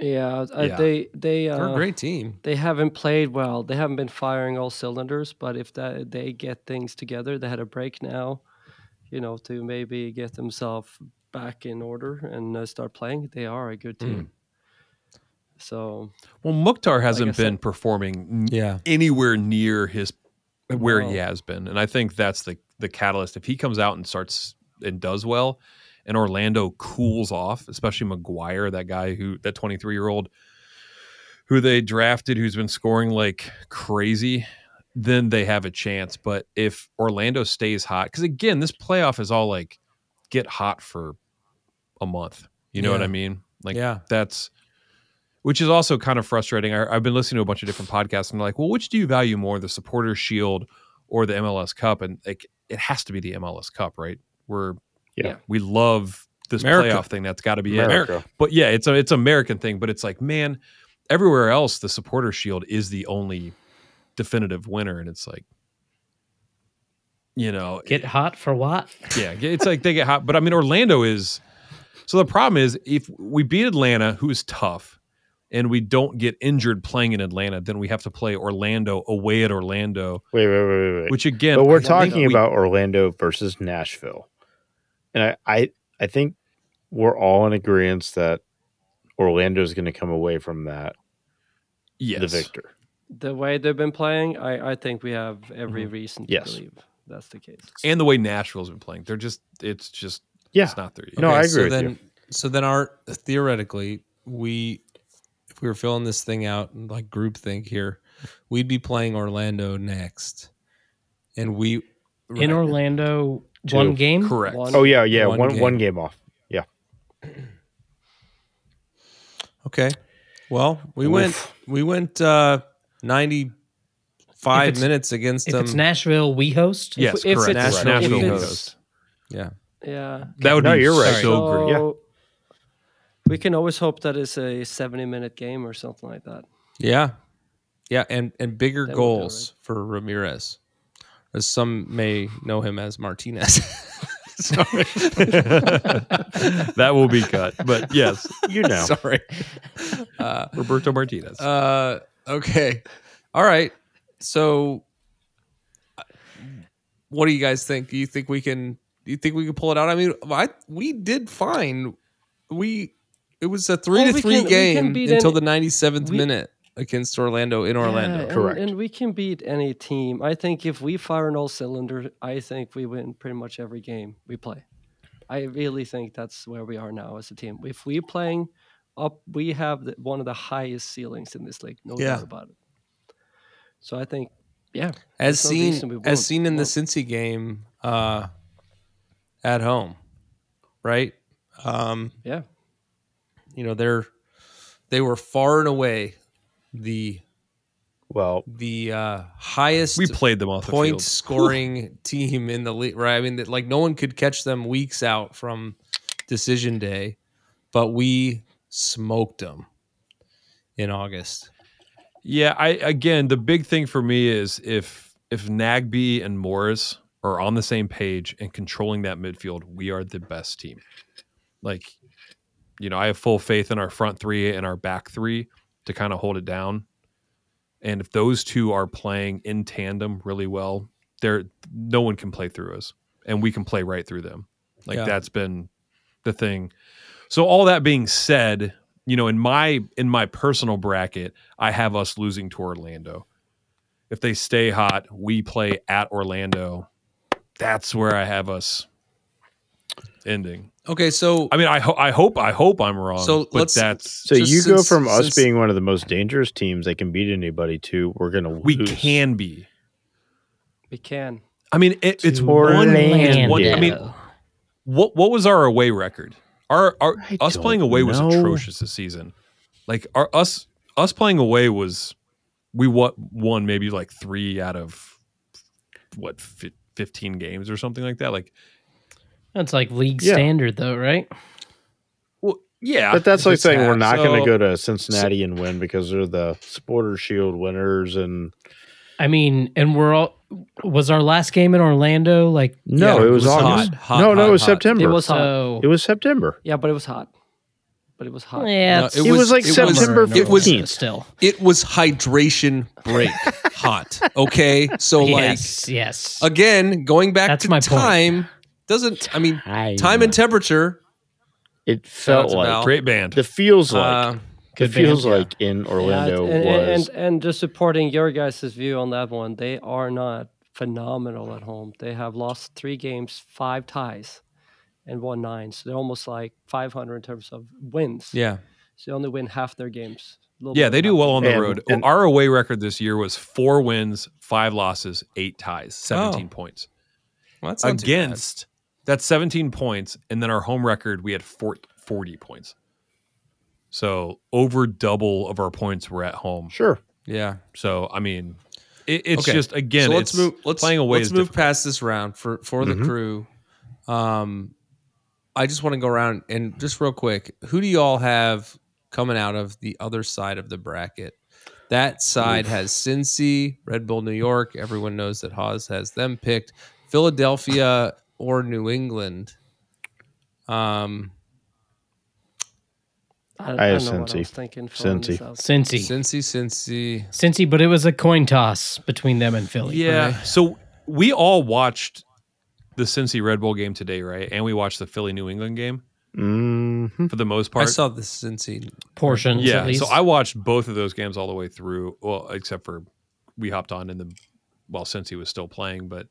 Speaker 6: Yeah, uh,
Speaker 4: Yeah.
Speaker 6: they they
Speaker 3: they're
Speaker 6: uh,
Speaker 3: a great team?
Speaker 6: they haven't played well. They haven't been firing all cylinders. But if that they get things together, they had a break now, you know, to maybe get themselves back in order and uh, start playing. They are a good team. So
Speaker 4: well, Mukhtar hasn't
Speaker 6: I said-
Speaker 4: been performing n-
Speaker 3: Yeah,
Speaker 4: anywhere near his where he
Speaker 6: No.
Speaker 4: has been, and I think that's the the catalyst. If he comes out and starts and does well, and Orlando cools off, especially McGuire, that guy who that 23 year old who they drafted who's been scoring like crazy, then they have a chance. But if Orlando stays hot, because again, this playoff is all like get hot for a month. You know what
Speaker 3: Yeah.
Speaker 4: I mean? Like
Speaker 3: yeah.
Speaker 4: that's which is also kind of frustrating. I, I've been listening to a bunch of different podcasts and I'm like, well, which do you value more, the supporter shield or the MLS Cup? And like, it has to be the MLS Cup, right? We're
Speaker 5: Yeah.
Speaker 4: we love this
Speaker 3: America.
Speaker 4: playoff thing. That's got to be it.
Speaker 5: America.
Speaker 4: But yeah, it's a it's American thing. But it's like, man, everywhere else, the supporter shield is the only definitive winner, and it's like, you know,
Speaker 7: Get hot for what?
Speaker 4: yeah, yeah, it's like they get hot. But I mean, Orlando is. So the problem is, if we beat Atlanta, who is tough, and we don't get injured playing in Atlanta, then we have to play Orlando away at Orlando,
Speaker 5: Wait, wait, wait, wait, wait.
Speaker 4: which again,
Speaker 5: but we're
Speaker 4: I think
Speaker 5: talking
Speaker 4: we-
Speaker 5: about Orlando versus Nashville, and I, I, I think we're all in agreement that Orlando's going to come away from that
Speaker 4: yes.
Speaker 5: the victor.
Speaker 6: The way they've been playing, I, I think we have every reason to
Speaker 5: Yes.
Speaker 6: believe that's the case.
Speaker 4: and the way Nashville's been playing, they're just it's just
Speaker 5: Yeah.
Speaker 4: it's not there yet.
Speaker 5: No, I agree
Speaker 3: so
Speaker 5: with
Speaker 3: then,
Speaker 5: you.
Speaker 3: So then, our theoretically, we if we were filling this thing out like group think here, we'd be playing Orlando next, and we
Speaker 7: In
Speaker 3: right.
Speaker 7: Orlando,
Speaker 5: Two.
Speaker 7: one game.
Speaker 4: Correct.
Speaker 6: One-
Speaker 5: Oh yeah, yeah.
Speaker 3: One
Speaker 5: One one
Speaker 3: game.
Speaker 5: game, off. Yeah,
Speaker 3: Okay. Well, we went we went uh 95
Speaker 7: If it's-
Speaker 3: minutes against
Speaker 7: If
Speaker 3: them.
Speaker 7: it's Nashville, we host.
Speaker 4: Yes,
Speaker 6: if
Speaker 4: correct.
Speaker 6: it's-
Speaker 4: Correct.
Speaker 3: if
Speaker 4: Nashville
Speaker 3: it's-
Speaker 4: hosts.
Speaker 3: yeah.
Speaker 6: Yeah.
Speaker 4: That would
Speaker 5: No,
Speaker 4: be
Speaker 5: you're right.
Speaker 4: so great.
Speaker 5: Yeah.
Speaker 6: So We can always hope that it's a 70 minute game or something like that.
Speaker 3: Yeah. Yeah, and and bigger
Speaker 6: That would be all
Speaker 3: goals for Ramirez. As some may know him as Martinez. Sorry.
Speaker 4: that will be cut. But yes,
Speaker 5: you know.
Speaker 3: Sorry.
Speaker 4: Roberto Martinez.
Speaker 3: Uh okay. All right. So uh, what do you guys think? Do you think we can do you think we can pull it out? I mean, I we did fine. We it was a 3
Speaker 6: Well,
Speaker 3: to
Speaker 6: we
Speaker 3: 3
Speaker 6: can- we can
Speaker 3: game
Speaker 6: beat
Speaker 3: until the
Speaker 6: any-
Speaker 3: 97th
Speaker 6: we-
Speaker 3: minute against Orlando in
Speaker 6: Yeah,
Speaker 3: Orlando.
Speaker 6: and-
Speaker 5: Correct.
Speaker 6: And, we can beat any team. I think if we fire on all cylinders, I think we win pretty much every game we play. I really think that's where we are now as a team. If we're playing up, we have the, one of the highest ceilings in this league, no
Speaker 3: Yeah.
Speaker 6: doubt about it. So I think, yeah,
Speaker 3: as
Speaker 6: There's no
Speaker 3: seen
Speaker 6: reason we won't-
Speaker 3: as seen in the
Speaker 6: won't.
Speaker 3: Cincy game uh, at home, right? Um,
Speaker 6: yeah,
Speaker 3: you know they're they were far and away the
Speaker 5: Well,
Speaker 3: the uh, highest
Speaker 4: we played them off the
Speaker 3: point
Speaker 4: field.
Speaker 3: scoring team in the league, right? I mean, that, like no one could catch them weeks out from decision day, but we smoked them in August.
Speaker 4: Yeah, I again the big thing for me is if if Nagby and Morris are on the same page and controlling that midfield, we are the best team. Like, you know, I have full faith in our front three and our back three to kind of hold it down. And if those two are playing in tandem really well, there no one can play through us, and we can play right through them. Like
Speaker 3: Yeah.
Speaker 4: that's been the thing. So all that being said, you know, in my in my personal bracket, I have us losing to Orlando. If they stay hot, we play at Orlando. That's where I have us ending.
Speaker 3: Okay, so
Speaker 4: I mean, I, ho- I hope I hope I'm wrong.
Speaker 3: So
Speaker 4: but
Speaker 3: let's-
Speaker 4: that's
Speaker 5: so
Speaker 3: Just
Speaker 5: you go
Speaker 3: since-
Speaker 5: from us
Speaker 3: since-
Speaker 5: being one of the most dangerous teams that can beat anybody to we're going to
Speaker 4: we
Speaker 5: lose.
Speaker 4: can be.
Speaker 6: we can.
Speaker 4: I mean, it, it's one.
Speaker 5: Orlando.
Speaker 4: One, I mean, what what was our away record? Our, our
Speaker 5: I
Speaker 4: us
Speaker 5: don't
Speaker 4: playing away was
Speaker 5: know.
Speaker 4: atrocious this season. Like our us us playing away was we what won maybe like three out of what fif- fifteen games or something like that. Like
Speaker 7: That's like league
Speaker 5: Yeah.
Speaker 7: standard, though, right?
Speaker 4: well, yeah,
Speaker 5: But that's like
Speaker 4: it's
Speaker 5: saying
Speaker 4: half.
Speaker 5: we're not going
Speaker 4: So-
Speaker 5: to go to Cincinnati and win because they're the supporter shield winners and
Speaker 7: I mean, and we're all. Was our last game in Orlando like?
Speaker 5: no,
Speaker 3: Yeah,
Speaker 5: it was, August.
Speaker 3: hot, hot,
Speaker 5: no, no,
Speaker 3: hot,
Speaker 5: it was uh,
Speaker 3: hot.
Speaker 5: September.
Speaker 6: It was hot.
Speaker 7: So,
Speaker 5: It was September.
Speaker 6: yeah, but it was hot. But it was hot.
Speaker 7: yeah,
Speaker 3: No,
Speaker 7: it's
Speaker 3: it
Speaker 5: It was,
Speaker 3: was-
Speaker 5: like
Speaker 3: it was-
Speaker 5: September
Speaker 3: it was-
Speaker 5: 15th.
Speaker 7: still.
Speaker 3: it was hydration break hot. Okay, so
Speaker 7: yes, yes.
Speaker 3: like again, going back
Speaker 7: That's
Speaker 3: to
Speaker 7: my point.
Speaker 3: time doesn't. I mean, time and temperature.
Speaker 5: It felt
Speaker 3: That's
Speaker 5: like
Speaker 3: about-
Speaker 4: great band.
Speaker 5: the feels like
Speaker 3: Uh,
Speaker 5: the
Speaker 7: Good band,
Speaker 5: feels
Speaker 7: yeah.
Speaker 5: like in
Speaker 6: Yeah,
Speaker 5: Orlando
Speaker 6: and, and-
Speaker 5: was
Speaker 6: and and just supporting your guys' view on that one, they are not phenomenal at home. They have lost three games, five ties, and one nine. So they're almost like 500 in terms of wins.
Speaker 3: yeah,
Speaker 6: So they only win half their games. a little
Speaker 4: yeah,
Speaker 6: more
Speaker 4: they
Speaker 6: than
Speaker 4: do
Speaker 6: half.
Speaker 4: well on the
Speaker 5: And-
Speaker 4: road.
Speaker 5: and-
Speaker 4: Our away record this year was four wins, five losses, eight ties, seventeen
Speaker 3: Oh.
Speaker 4: points
Speaker 3: well, that's not too bad.
Speaker 4: against. That's seventeen points, and then our home record we had four, 40 points. So over double of our points were at home.
Speaker 5: Sure.
Speaker 3: Yeah.
Speaker 4: So I mean, it, it's
Speaker 3: Okay.
Speaker 4: just again,
Speaker 3: so let's
Speaker 4: it's
Speaker 3: move. Let's
Speaker 4: playing away.
Speaker 3: Let's
Speaker 4: is
Speaker 3: move
Speaker 4: different. Mm-hmm.
Speaker 3: past this round for for the
Speaker 5: Mhm.
Speaker 3: crew. Um, I just want to go around and just real quick. Who do you all have coming out of the other side of the bracket? That side has Cincy, Red Bull New York. Everyone knows that Haas has them picked. Philadelphia or New England. Um,
Speaker 6: I,
Speaker 5: I have
Speaker 6: don't know what
Speaker 5: Cincy.
Speaker 6: I was thinking. filling this
Speaker 5: Cincy.
Speaker 6: out.
Speaker 7: Cincy.
Speaker 3: Cincy, Cincy.
Speaker 7: Cincy, but it was a coin toss between them and Philly.
Speaker 4: Yeah.
Speaker 3: Okay.
Speaker 4: So we all watched the Cincy Red Bull game today, right? And we watched the Philly New England game
Speaker 5: Mm-hmm.
Speaker 4: for the most
Speaker 3: I
Speaker 4: part.
Speaker 3: saw the Cincy.
Speaker 7: Portions, at
Speaker 4: yeah.
Speaker 7: least.
Speaker 4: So I watched both of those games all the way through. Well, except for we hopped on in the well, Cincy was still playing, but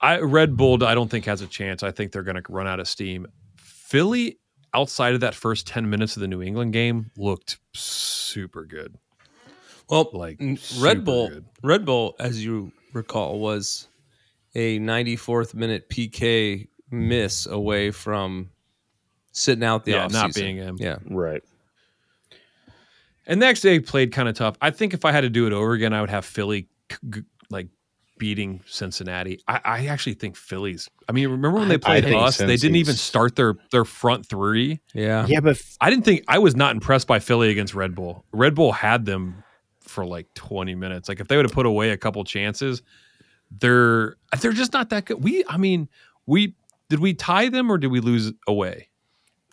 Speaker 4: I Red Bull I don't think has a chance. I think they're gonna run out of steam. Philly outside of that first 10 minutes of the New England game looked super good.
Speaker 3: Well,
Speaker 4: Like,
Speaker 3: n-
Speaker 4: super
Speaker 3: Red Bull,
Speaker 4: good.
Speaker 3: Red Bull, as you recall, was a 94th minute PK miss away from sitting out the
Speaker 4: Yeah,
Speaker 3: offseason.
Speaker 4: not being in.
Speaker 3: Yeah,
Speaker 5: Right.
Speaker 4: And the next day played kind of tough. I think if I had to do it over again, I would have Philly c- g- like beating Cincinnati. I, I actually think Phillies. I mean, remember when they played
Speaker 5: think
Speaker 4: us? They didn't
Speaker 5: Cincy's-
Speaker 4: even start their their front three.
Speaker 3: yeah.
Speaker 5: Yeah, but
Speaker 4: I didn't think I was not impressed by Philly against Red Bull. Red Bull had them for like 20 minutes. Like if they would have put away a couple chances, they're they're just not that good. We I mean, we did we tie them or did we lose away?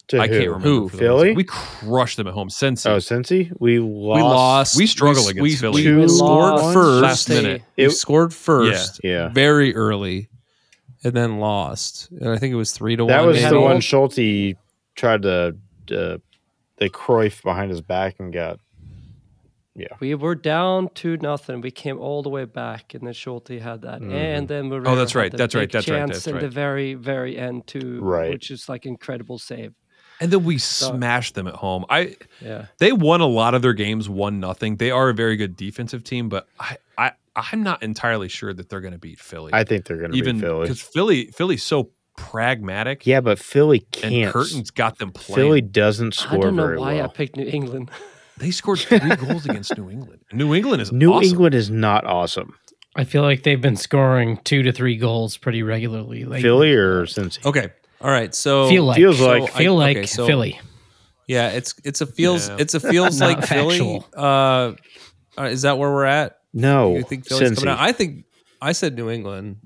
Speaker 5: to
Speaker 4: I
Speaker 5: who?
Speaker 4: can't remember.
Speaker 3: Who?
Speaker 4: for the
Speaker 5: Philly?
Speaker 4: reason. We crushed them at home since
Speaker 5: Oh, Cincy, we lost.
Speaker 3: We lost.
Speaker 4: We struggled
Speaker 3: s-
Speaker 4: against
Speaker 3: we,
Speaker 4: Philly.
Speaker 3: We
Speaker 5: Two
Speaker 3: scored
Speaker 6: lost.
Speaker 3: first.
Speaker 4: Last minute.
Speaker 3: We
Speaker 5: It-
Speaker 3: scored first.
Speaker 5: Yeah.
Speaker 3: Very early, and then lost. And I think it was three to
Speaker 5: That
Speaker 3: one.
Speaker 5: was
Speaker 3: maybe.
Speaker 5: the
Speaker 6: all-
Speaker 5: one Schulte tried to uh, the Cruyff behind his back and got.
Speaker 6: We were down to nothing. We came all the way back, and then Schulte had that,
Speaker 5: Mm-hmm.
Speaker 6: and then Moreira
Speaker 4: Oh, that's
Speaker 6: had
Speaker 4: right,
Speaker 6: the
Speaker 4: that's right,
Speaker 6: big
Speaker 4: that's right,
Speaker 6: chance
Speaker 4: that's
Speaker 6: in the
Speaker 4: right.
Speaker 6: very, very end too,
Speaker 5: Right.
Speaker 6: Which is like incredible save.
Speaker 4: And then we smashed them at home. I
Speaker 6: Yeah,
Speaker 4: they won a lot of their games one nothing. They are a very good defensive team, but I I I'm not entirely sure that they're going to beat Philly.
Speaker 5: I think they're going to
Speaker 4: even
Speaker 5: beat Philly.
Speaker 4: because Philly Philly's so pragmatic.
Speaker 5: Yeah, but Philly
Speaker 4: and
Speaker 5: can't.
Speaker 4: Curtin's got them playing.
Speaker 5: Philly doesn't
Speaker 6: I
Speaker 5: score
Speaker 6: don't know
Speaker 5: very
Speaker 6: why I
Speaker 5: well.
Speaker 6: picked New England.
Speaker 4: They scored three goals against New England. New England is
Speaker 5: New
Speaker 4: awesome.
Speaker 5: England is not awesome.
Speaker 7: I feel like they've been scoring two to three goals pretty regularly. Like,
Speaker 5: Philly or Cincy?
Speaker 3: okay. All right. So
Speaker 7: feel like
Speaker 5: feels like-
Speaker 3: So I-
Speaker 7: feel like
Speaker 3: okay, so-
Speaker 7: Philly.
Speaker 3: Yeah, it's it's a feels
Speaker 4: Yeah.
Speaker 3: it's a feels
Speaker 7: Not
Speaker 3: like Philly.
Speaker 7: factual.
Speaker 3: Uh, uh, is that where we're at?
Speaker 5: No,
Speaker 3: You think Philly's coming out?
Speaker 5: Oh, Cincy.
Speaker 3: I think I said New England.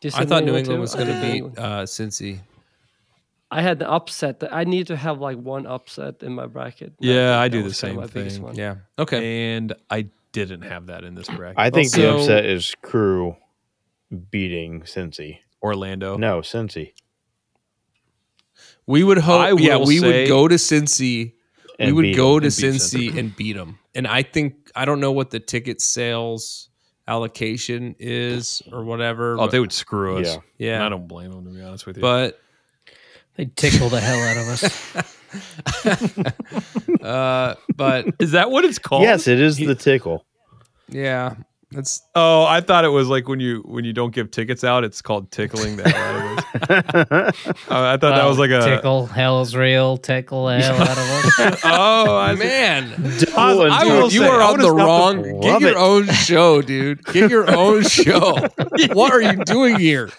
Speaker 6: Do you
Speaker 3: I
Speaker 6: say
Speaker 3: thought New England
Speaker 6: too?
Speaker 3: was
Speaker 6: I
Speaker 3: going to
Speaker 6: did New
Speaker 3: beat
Speaker 6: England.
Speaker 3: uh, Cincy.
Speaker 6: I had the upset. That I need to have like one upset in my bracket. and
Speaker 4: Yeah,
Speaker 6: think
Speaker 4: I
Speaker 6: that
Speaker 4: do the
Speaker 6: was kinda
Speaker 4: same
Speaker 6: my biggest
Speaker 4: thing.
Speaker 6: one.
Speaker 3: Yeah. Okay.
Speaker 4: and I didn't have that in this bracket.
Speaker 5: I think the
Speaker 3: Also-
Speaker 5: upset is Crew beating Cincy.
Speaker 3: Oh.
Speaker 4: Orlando.
Speaker 5: No, Cincy.
Speaker 3: We would
Speaker 4: I
Speaker 3: hope. Yeah,
Speaker 4: will
Speaker 3: we
Speaker 4: say-
Speaker 3: would go to Cincy. We
Speaker 5: and
Speaker 3: would
Speaker 5: beat
Speaker 3: go
Speaker 5: them.
Speaker 3: to
Speaker 4: and beat
Speaker 3: Cincy and beat them. And I think I don't know what the ticket sales allocation is or whatever.
Speaker 4: Oh,
Speaker 3: but-
Speaker 4: they would screw us.
Speaker 5: Yeah.
Speaker 4: And I
Speaker 3: yeah.
Speaker 4: don't blame them to be honest with you.
Speaker 3: But
Speaker 7: They tickle the hell out of us.
Speaker 3: uh, but
Speaker 4: is that what it's called?
Speaker 5: Yes, it is the tickle.
Speaker 3: yeah, that's
Speaker 4: Oh, I thought it was like when you when you don't give tickets out, it's called tickling the hell out of us. Uh, I thought that was like a
Speaker 7: tickle. Hell's real. Tickle the hell out of us.
Speaker 4: Oh, I see.
Speaker 3: man.
Speaker 4: I was- I
Speaker 3: Dude,
Speaker 4: will
Speaker 3: you
Speaker 4: say,
Speaker 3: are
Speaker 4: I
Speaker 3: on
Speaker 4: would've
Speaker 3: the
Speaker 4: stopped
Speaker 3: wrong. get
Speaker 5: Love
Speaker 3: your
Speaker 5: it.
Speaker 3: own show, dude. Get your own show. what are you doing here?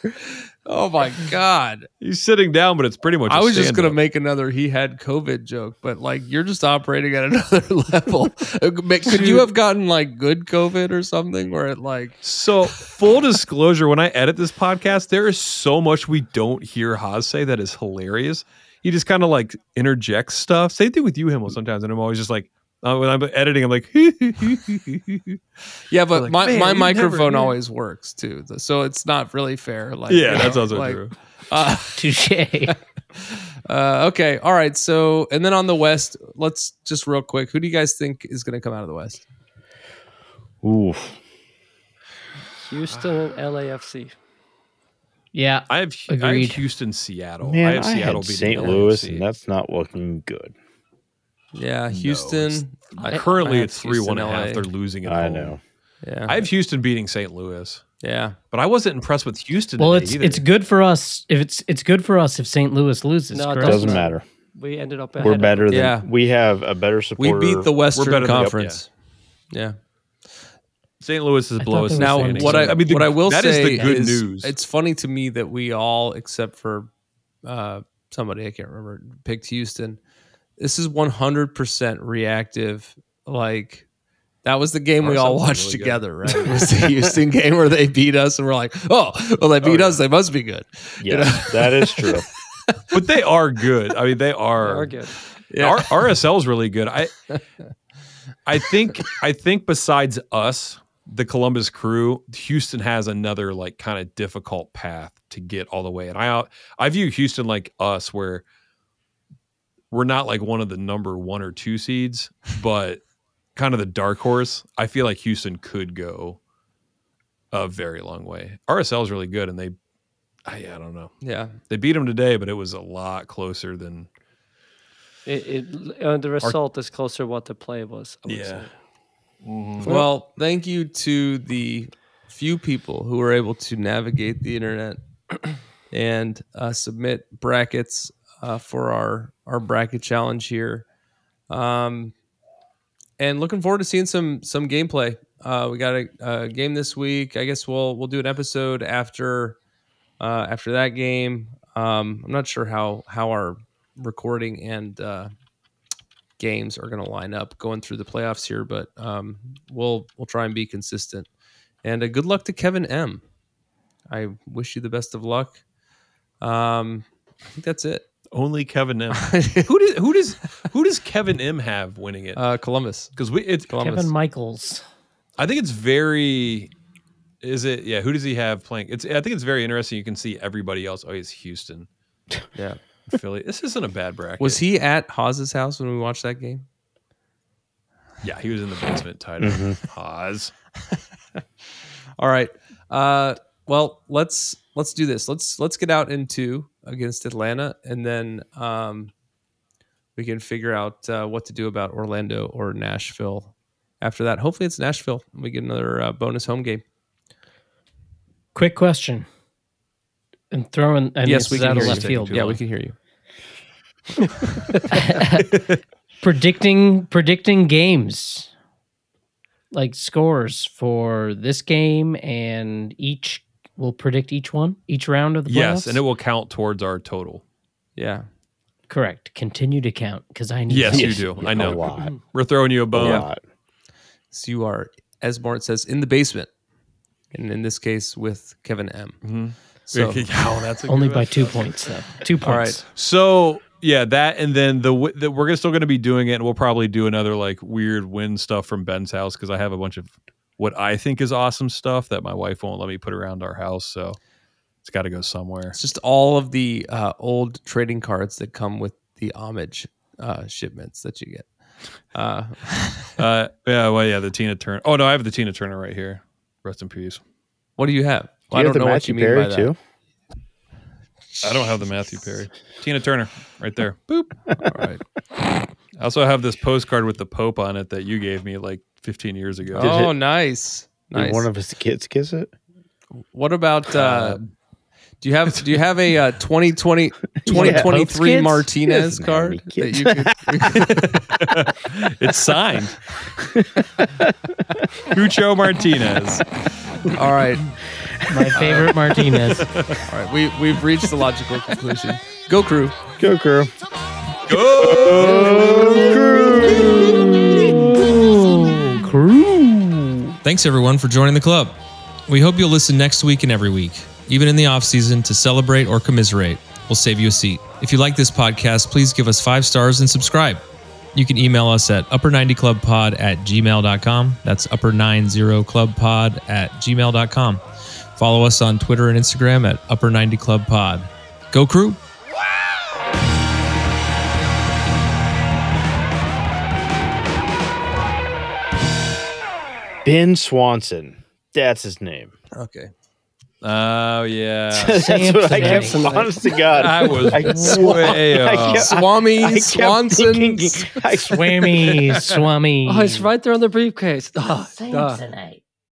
Speaker 3: Oh my god!
Speaker 4: He's sitting down, but it's pretty much. I
Speaker 3: I was just gonna make another he had COVID joke, but like you're just operating at another level. Uh, Could you have gotten like good COVID or something? Where it like
Speaker 4: So full disclosure, when I edit this podcast, there is so much we don't hear Haas say that is hilarious. He just kind of like interjects stuff. Same thing with you, Himmel. Sometimes, and I'm always just like, uh, when I'm editing, I'm like,
Speaker 3: yeah, but
Speaker 4: Like,
Speaker 3: my, my
Speaker 4: man, you never
Speaker 3: microphone
Speaker 4: knew.
Speaker 3: always works too, so it's not really fair. Like
Speaker 4: yeah,
Speaker 3: you
Speaker 4: that's
Speaker 3: know,
Speaker 4: also
Speaker 3: like,
Speaker 4: true.
Speaker 3: uh,
Speaker 7: Touche.
Speaker 3: Uh, okay. All right. So, and then on the West, let's just real quick. Who do you guys think is going to come out of the West?
Speaker 5: Oof.
Speaker 6: Houston and LAFC.
Speaker 7: Yeah.
Speaker 4: I have, I have
Speaker 7: Agreed.
Speaker 4: Houston,
Speaker 3: Oh,
Speaker 4: Seattle. I
Speaker 5: Man,
Speaker 4: have
Speaker 5: I,
Speaker 4: Seattle
Speaker 5: had
Speaker 4: beating
Speaker 5: St.
Speaker 4: LAFC.
Speaker 5: Louis, and that's not looking good.
Speaker 3: Yeah,
Speaker 4: No, it's-
Speaker 3: Houston. I- I
Speaker 4: Currently,
Speaker 3: have
Speaker 4: it's three one and a half.
Speaker 3: Houston,
Speaker 4: They're losing. At
Speaker 5: I
Speaker 4: home.
Speaker 5: know.
Speaker 3: LA.
Speaker 4: I
Speaker 3: Yeah,
Speaker 4: have Houston beating St. Louis,
Speaker 3: yeah.
Speaker 4: but I wasn't impressed with Houston.
Speaker 7: Well,
Speaker 4: today
Speaker 7: it's
Speaker 4: either.
Speaker 7: it's good for us if it's it's good for us if St. Louis loses.
Speaker 6: No, it
Speaker 7: correct?
Speaker 5: Doesn't
Speaker 6: Doesn't
Speaker 5: matter.
Speaker 6: we ended up ahead
Speaker 5: We're
Speaker 6: of-
Speaker 5: better than
Speaker 3: Yeah.
Speaker 5: we have a better
Speaker 3: We
Speaker 5: supporter.
Speaker 3: beat the
Speaker 4: better
Speaker 3: Western
Speaker 4: than-
Speaker 3: Conference. yeah.
Speaker 4: St. Louis is
Speaker 7: thought
Speaker 4: below us.
Speaker 7: there
Speaker 4: in
Speaker 7: was
Speaker 3: Now,
Speaker 7: Understanding.
Speaker 4: standings.
Speaker 3: what I,
Speaker 4: mean, the-
Speaker 3: what I will
Speaker 4: that is
Speaker 3: say
Speaker 4: the good
Speaker 3: is
Speaker 4: news.
Speaker 3: It's funny to me that we all, except for uh, somebody I can't remember, picked Houston. This is 100% reactive. Like that was the game we
Speaker 4: Ours
Speaker 3: all
Speaker 4: sounds
Speaker 3: watched
Speaker 4: really good.
Speaker 3: together, right? It was the Houston game where they beat us, and we're like, oh, well, they beat us. They must be good.
Speaker 5: Yeah, that is true.
Speaker 4: but they are good. I mean, they
Speaker 6: They
Speaker 4: are.
Speaker 6: are good.
Speaker 3: Yeah.
Speaker 4: R- RSL's really good. I I think I think besides us, the Columbus crew, Houston has another like kind of difficult path to get all the way. And I I view Houston like us where we're not like one of the number 1 or 2 seeds, but kind of the dark horse. I feel like Houston could go a very long way. RSL is really good and they I, I don't know.
Speaker 3: Yeah.
Speaker 4: They beat them today, but it was a lot closer than
Speaker 6: It, it, uh, the result is closer what the play was. I would say.
Speaker 4: Mm.
Speaker 3: Mm-hmm. Well, thank you to the few people who were able to navigate the internet and uh, submit brackets uh, for our our bracket challenge here. Um, and looking forward to seeing some some gameplay. Uh, we got a, a game this week. I guess we'll we'll do an episode after uh, after that game. Um, I'm not sure how how our recording and uh, games are going to line up going through the playoffs here, but um, we'll we'll try and be consistent. And uh, good luck to Kevin M. I wish you the best of luck. Um, I think that's it.
Speaker 4: Only Kevin M. who does who does who does Kevin M have winning it?
Speaker 3: Uh, Columbus,
Speaker 4: Because we it's
Speaker 3: Columbus.
Speaker 7: Kevin Michaels.
Speaker 4: I think it's very is it yeah, who does he have playing? It's I think it's very interesting. You can see everybody else. Oh, he's Houston,
Speaker 3: yeah.
Speaker 4: Philly. This isn't a bad bracket.
Speaker 3: Was he at Hawes's house when we watched that game?
Speaker 4: Yeah, he was in the basement tied up.
Speaker 3: Mm-hmm.
Speaker 4: Oz.
Speaker 3: All right. Uh, well, let's let's do this. Let's let's get out in two against Atlanta, and then um, we can figure out uh, what to do about Orlando or Nashville. After that, hopefully it's Nashville. and We get another uh, bonus home game.
Speaker 7: Quick question. And throwing and
Speaker 3: yes,
Speaker 7: this
Speaker 3: we
Speaker 7: is
Speaker 3: can
Speaker 7: out
Speaker 3: hear
Speaker 7: of
Speaker 3: you.
Speaker 7: left field.
Speaker 3: Yeah, we can hear you.
Speaker 7: predicting predicting games like scores for this game and each we'll predict each one each round of the playoffs.
Speaker 4: Yes, and it will count towards our total.
Speaker 3: Yeah.
Speaker 7: correct. Continue to count because I need.
Speaker 4: Yes,
Speaker 7: to-
Speaker 4: you do. I
Speaker 5: A
Speaker 4: know.
Speaker 5: lot.
Speaker 4: We're throwing you a
Speaker 5: A
Speaker 4: bone.
Speaker 5: lot.
Speaker 3: So you are, as Mart says, in the basement, and in this case with Kevin M. So
Speaker 4: oh, Mm-hmm. that's a
Speaker 7: Only
Speaker 4: good
Speaker 7: by
Speaker 4: one.
Speaker 7: two points though. Two points.
Speaker 3: right.
Speaker 4: So yeah, that and then the, wi- the we're gonna- still going to be doing it, and we'll probably do another like weird win stuff from Ben's house because I have a bunch of what I think is awesome stuff that my wife won't let me put around our house, so it's got to go somewhere.
Speaker 3: it's just all of the uh, old trading cards that come with the homage uh, shipments that you get. Uh,
Speaker 4: Uh, yeah, well, yeah, the Tina Turner. Oh no, I have the Tina Turner right here. Rest in peace.
Speaker 3: What do you have?
Speaker 5: Do you have the Matthew Perry too?
Speaker 4: I don't have the Matthew Perry. Tina Turner, right there.
Speaker 3: Boop. All right.
Speaker 4: I also have this postcard with the Pope on it that you gave me like 15 years ago.
Speaker 5: Did
Speaker 3: oh,
Speaker 5: it-
Speaker 3: nice. Nice.
Speaker 5: Did one of his kids kiss it?
Speaker 3: what about uh, do you have do you have a uh, 2020 2023
Speaker 7: Kids?
Speaker 3: Martinez
Speaker 5: Yes, now
Speaker 3: card
Speaker 5: we
Speaker 3: that
Speaker 5: kids.
Speaker 3: you could
Speaker 4: It's signed. Cucho Martinez.
Speaker 3: All right.
Speaker 7: My favorite Martinez.
Speaker 3: All right. We we've reached the logical conclusion. Go crew.
Speaker 5: Go crew.
Speaker 3: Thanks everyone for joining the club. We hope you'll listen next week and every week, even in the off season to celebrate or commiserate. We'll save you a seat. If you like this podcast, please give us five stars and subscribe. You can email us at upper90clubpod at gmail.com. That's upper90clubpod at gmail.com. Follow us on Twitter and Instagram at upper90clubpod. Go crew!
Speaker 5: Ben Swanson. That's his name.
Speaker 3: Okay.
Speaker 4: Oh yeah.
Speaker 5: That's what I kept.
Speaker 7: Samson.
Speaker 5: Honest to God,
Speaker 4: I was
Speaker 5: I,
Speaker 4: way
Speaker 5: I
Speaker 4: off.
Speaker 5: kept-
Speaker 3: Swami
Speaker 5: I kept thinking- I-
Speaker 7: Swammy, Swammy.
Speaker 6: Oh, it's right there on the briefcase. Ah, duh.
Speaker 7: Samsonite.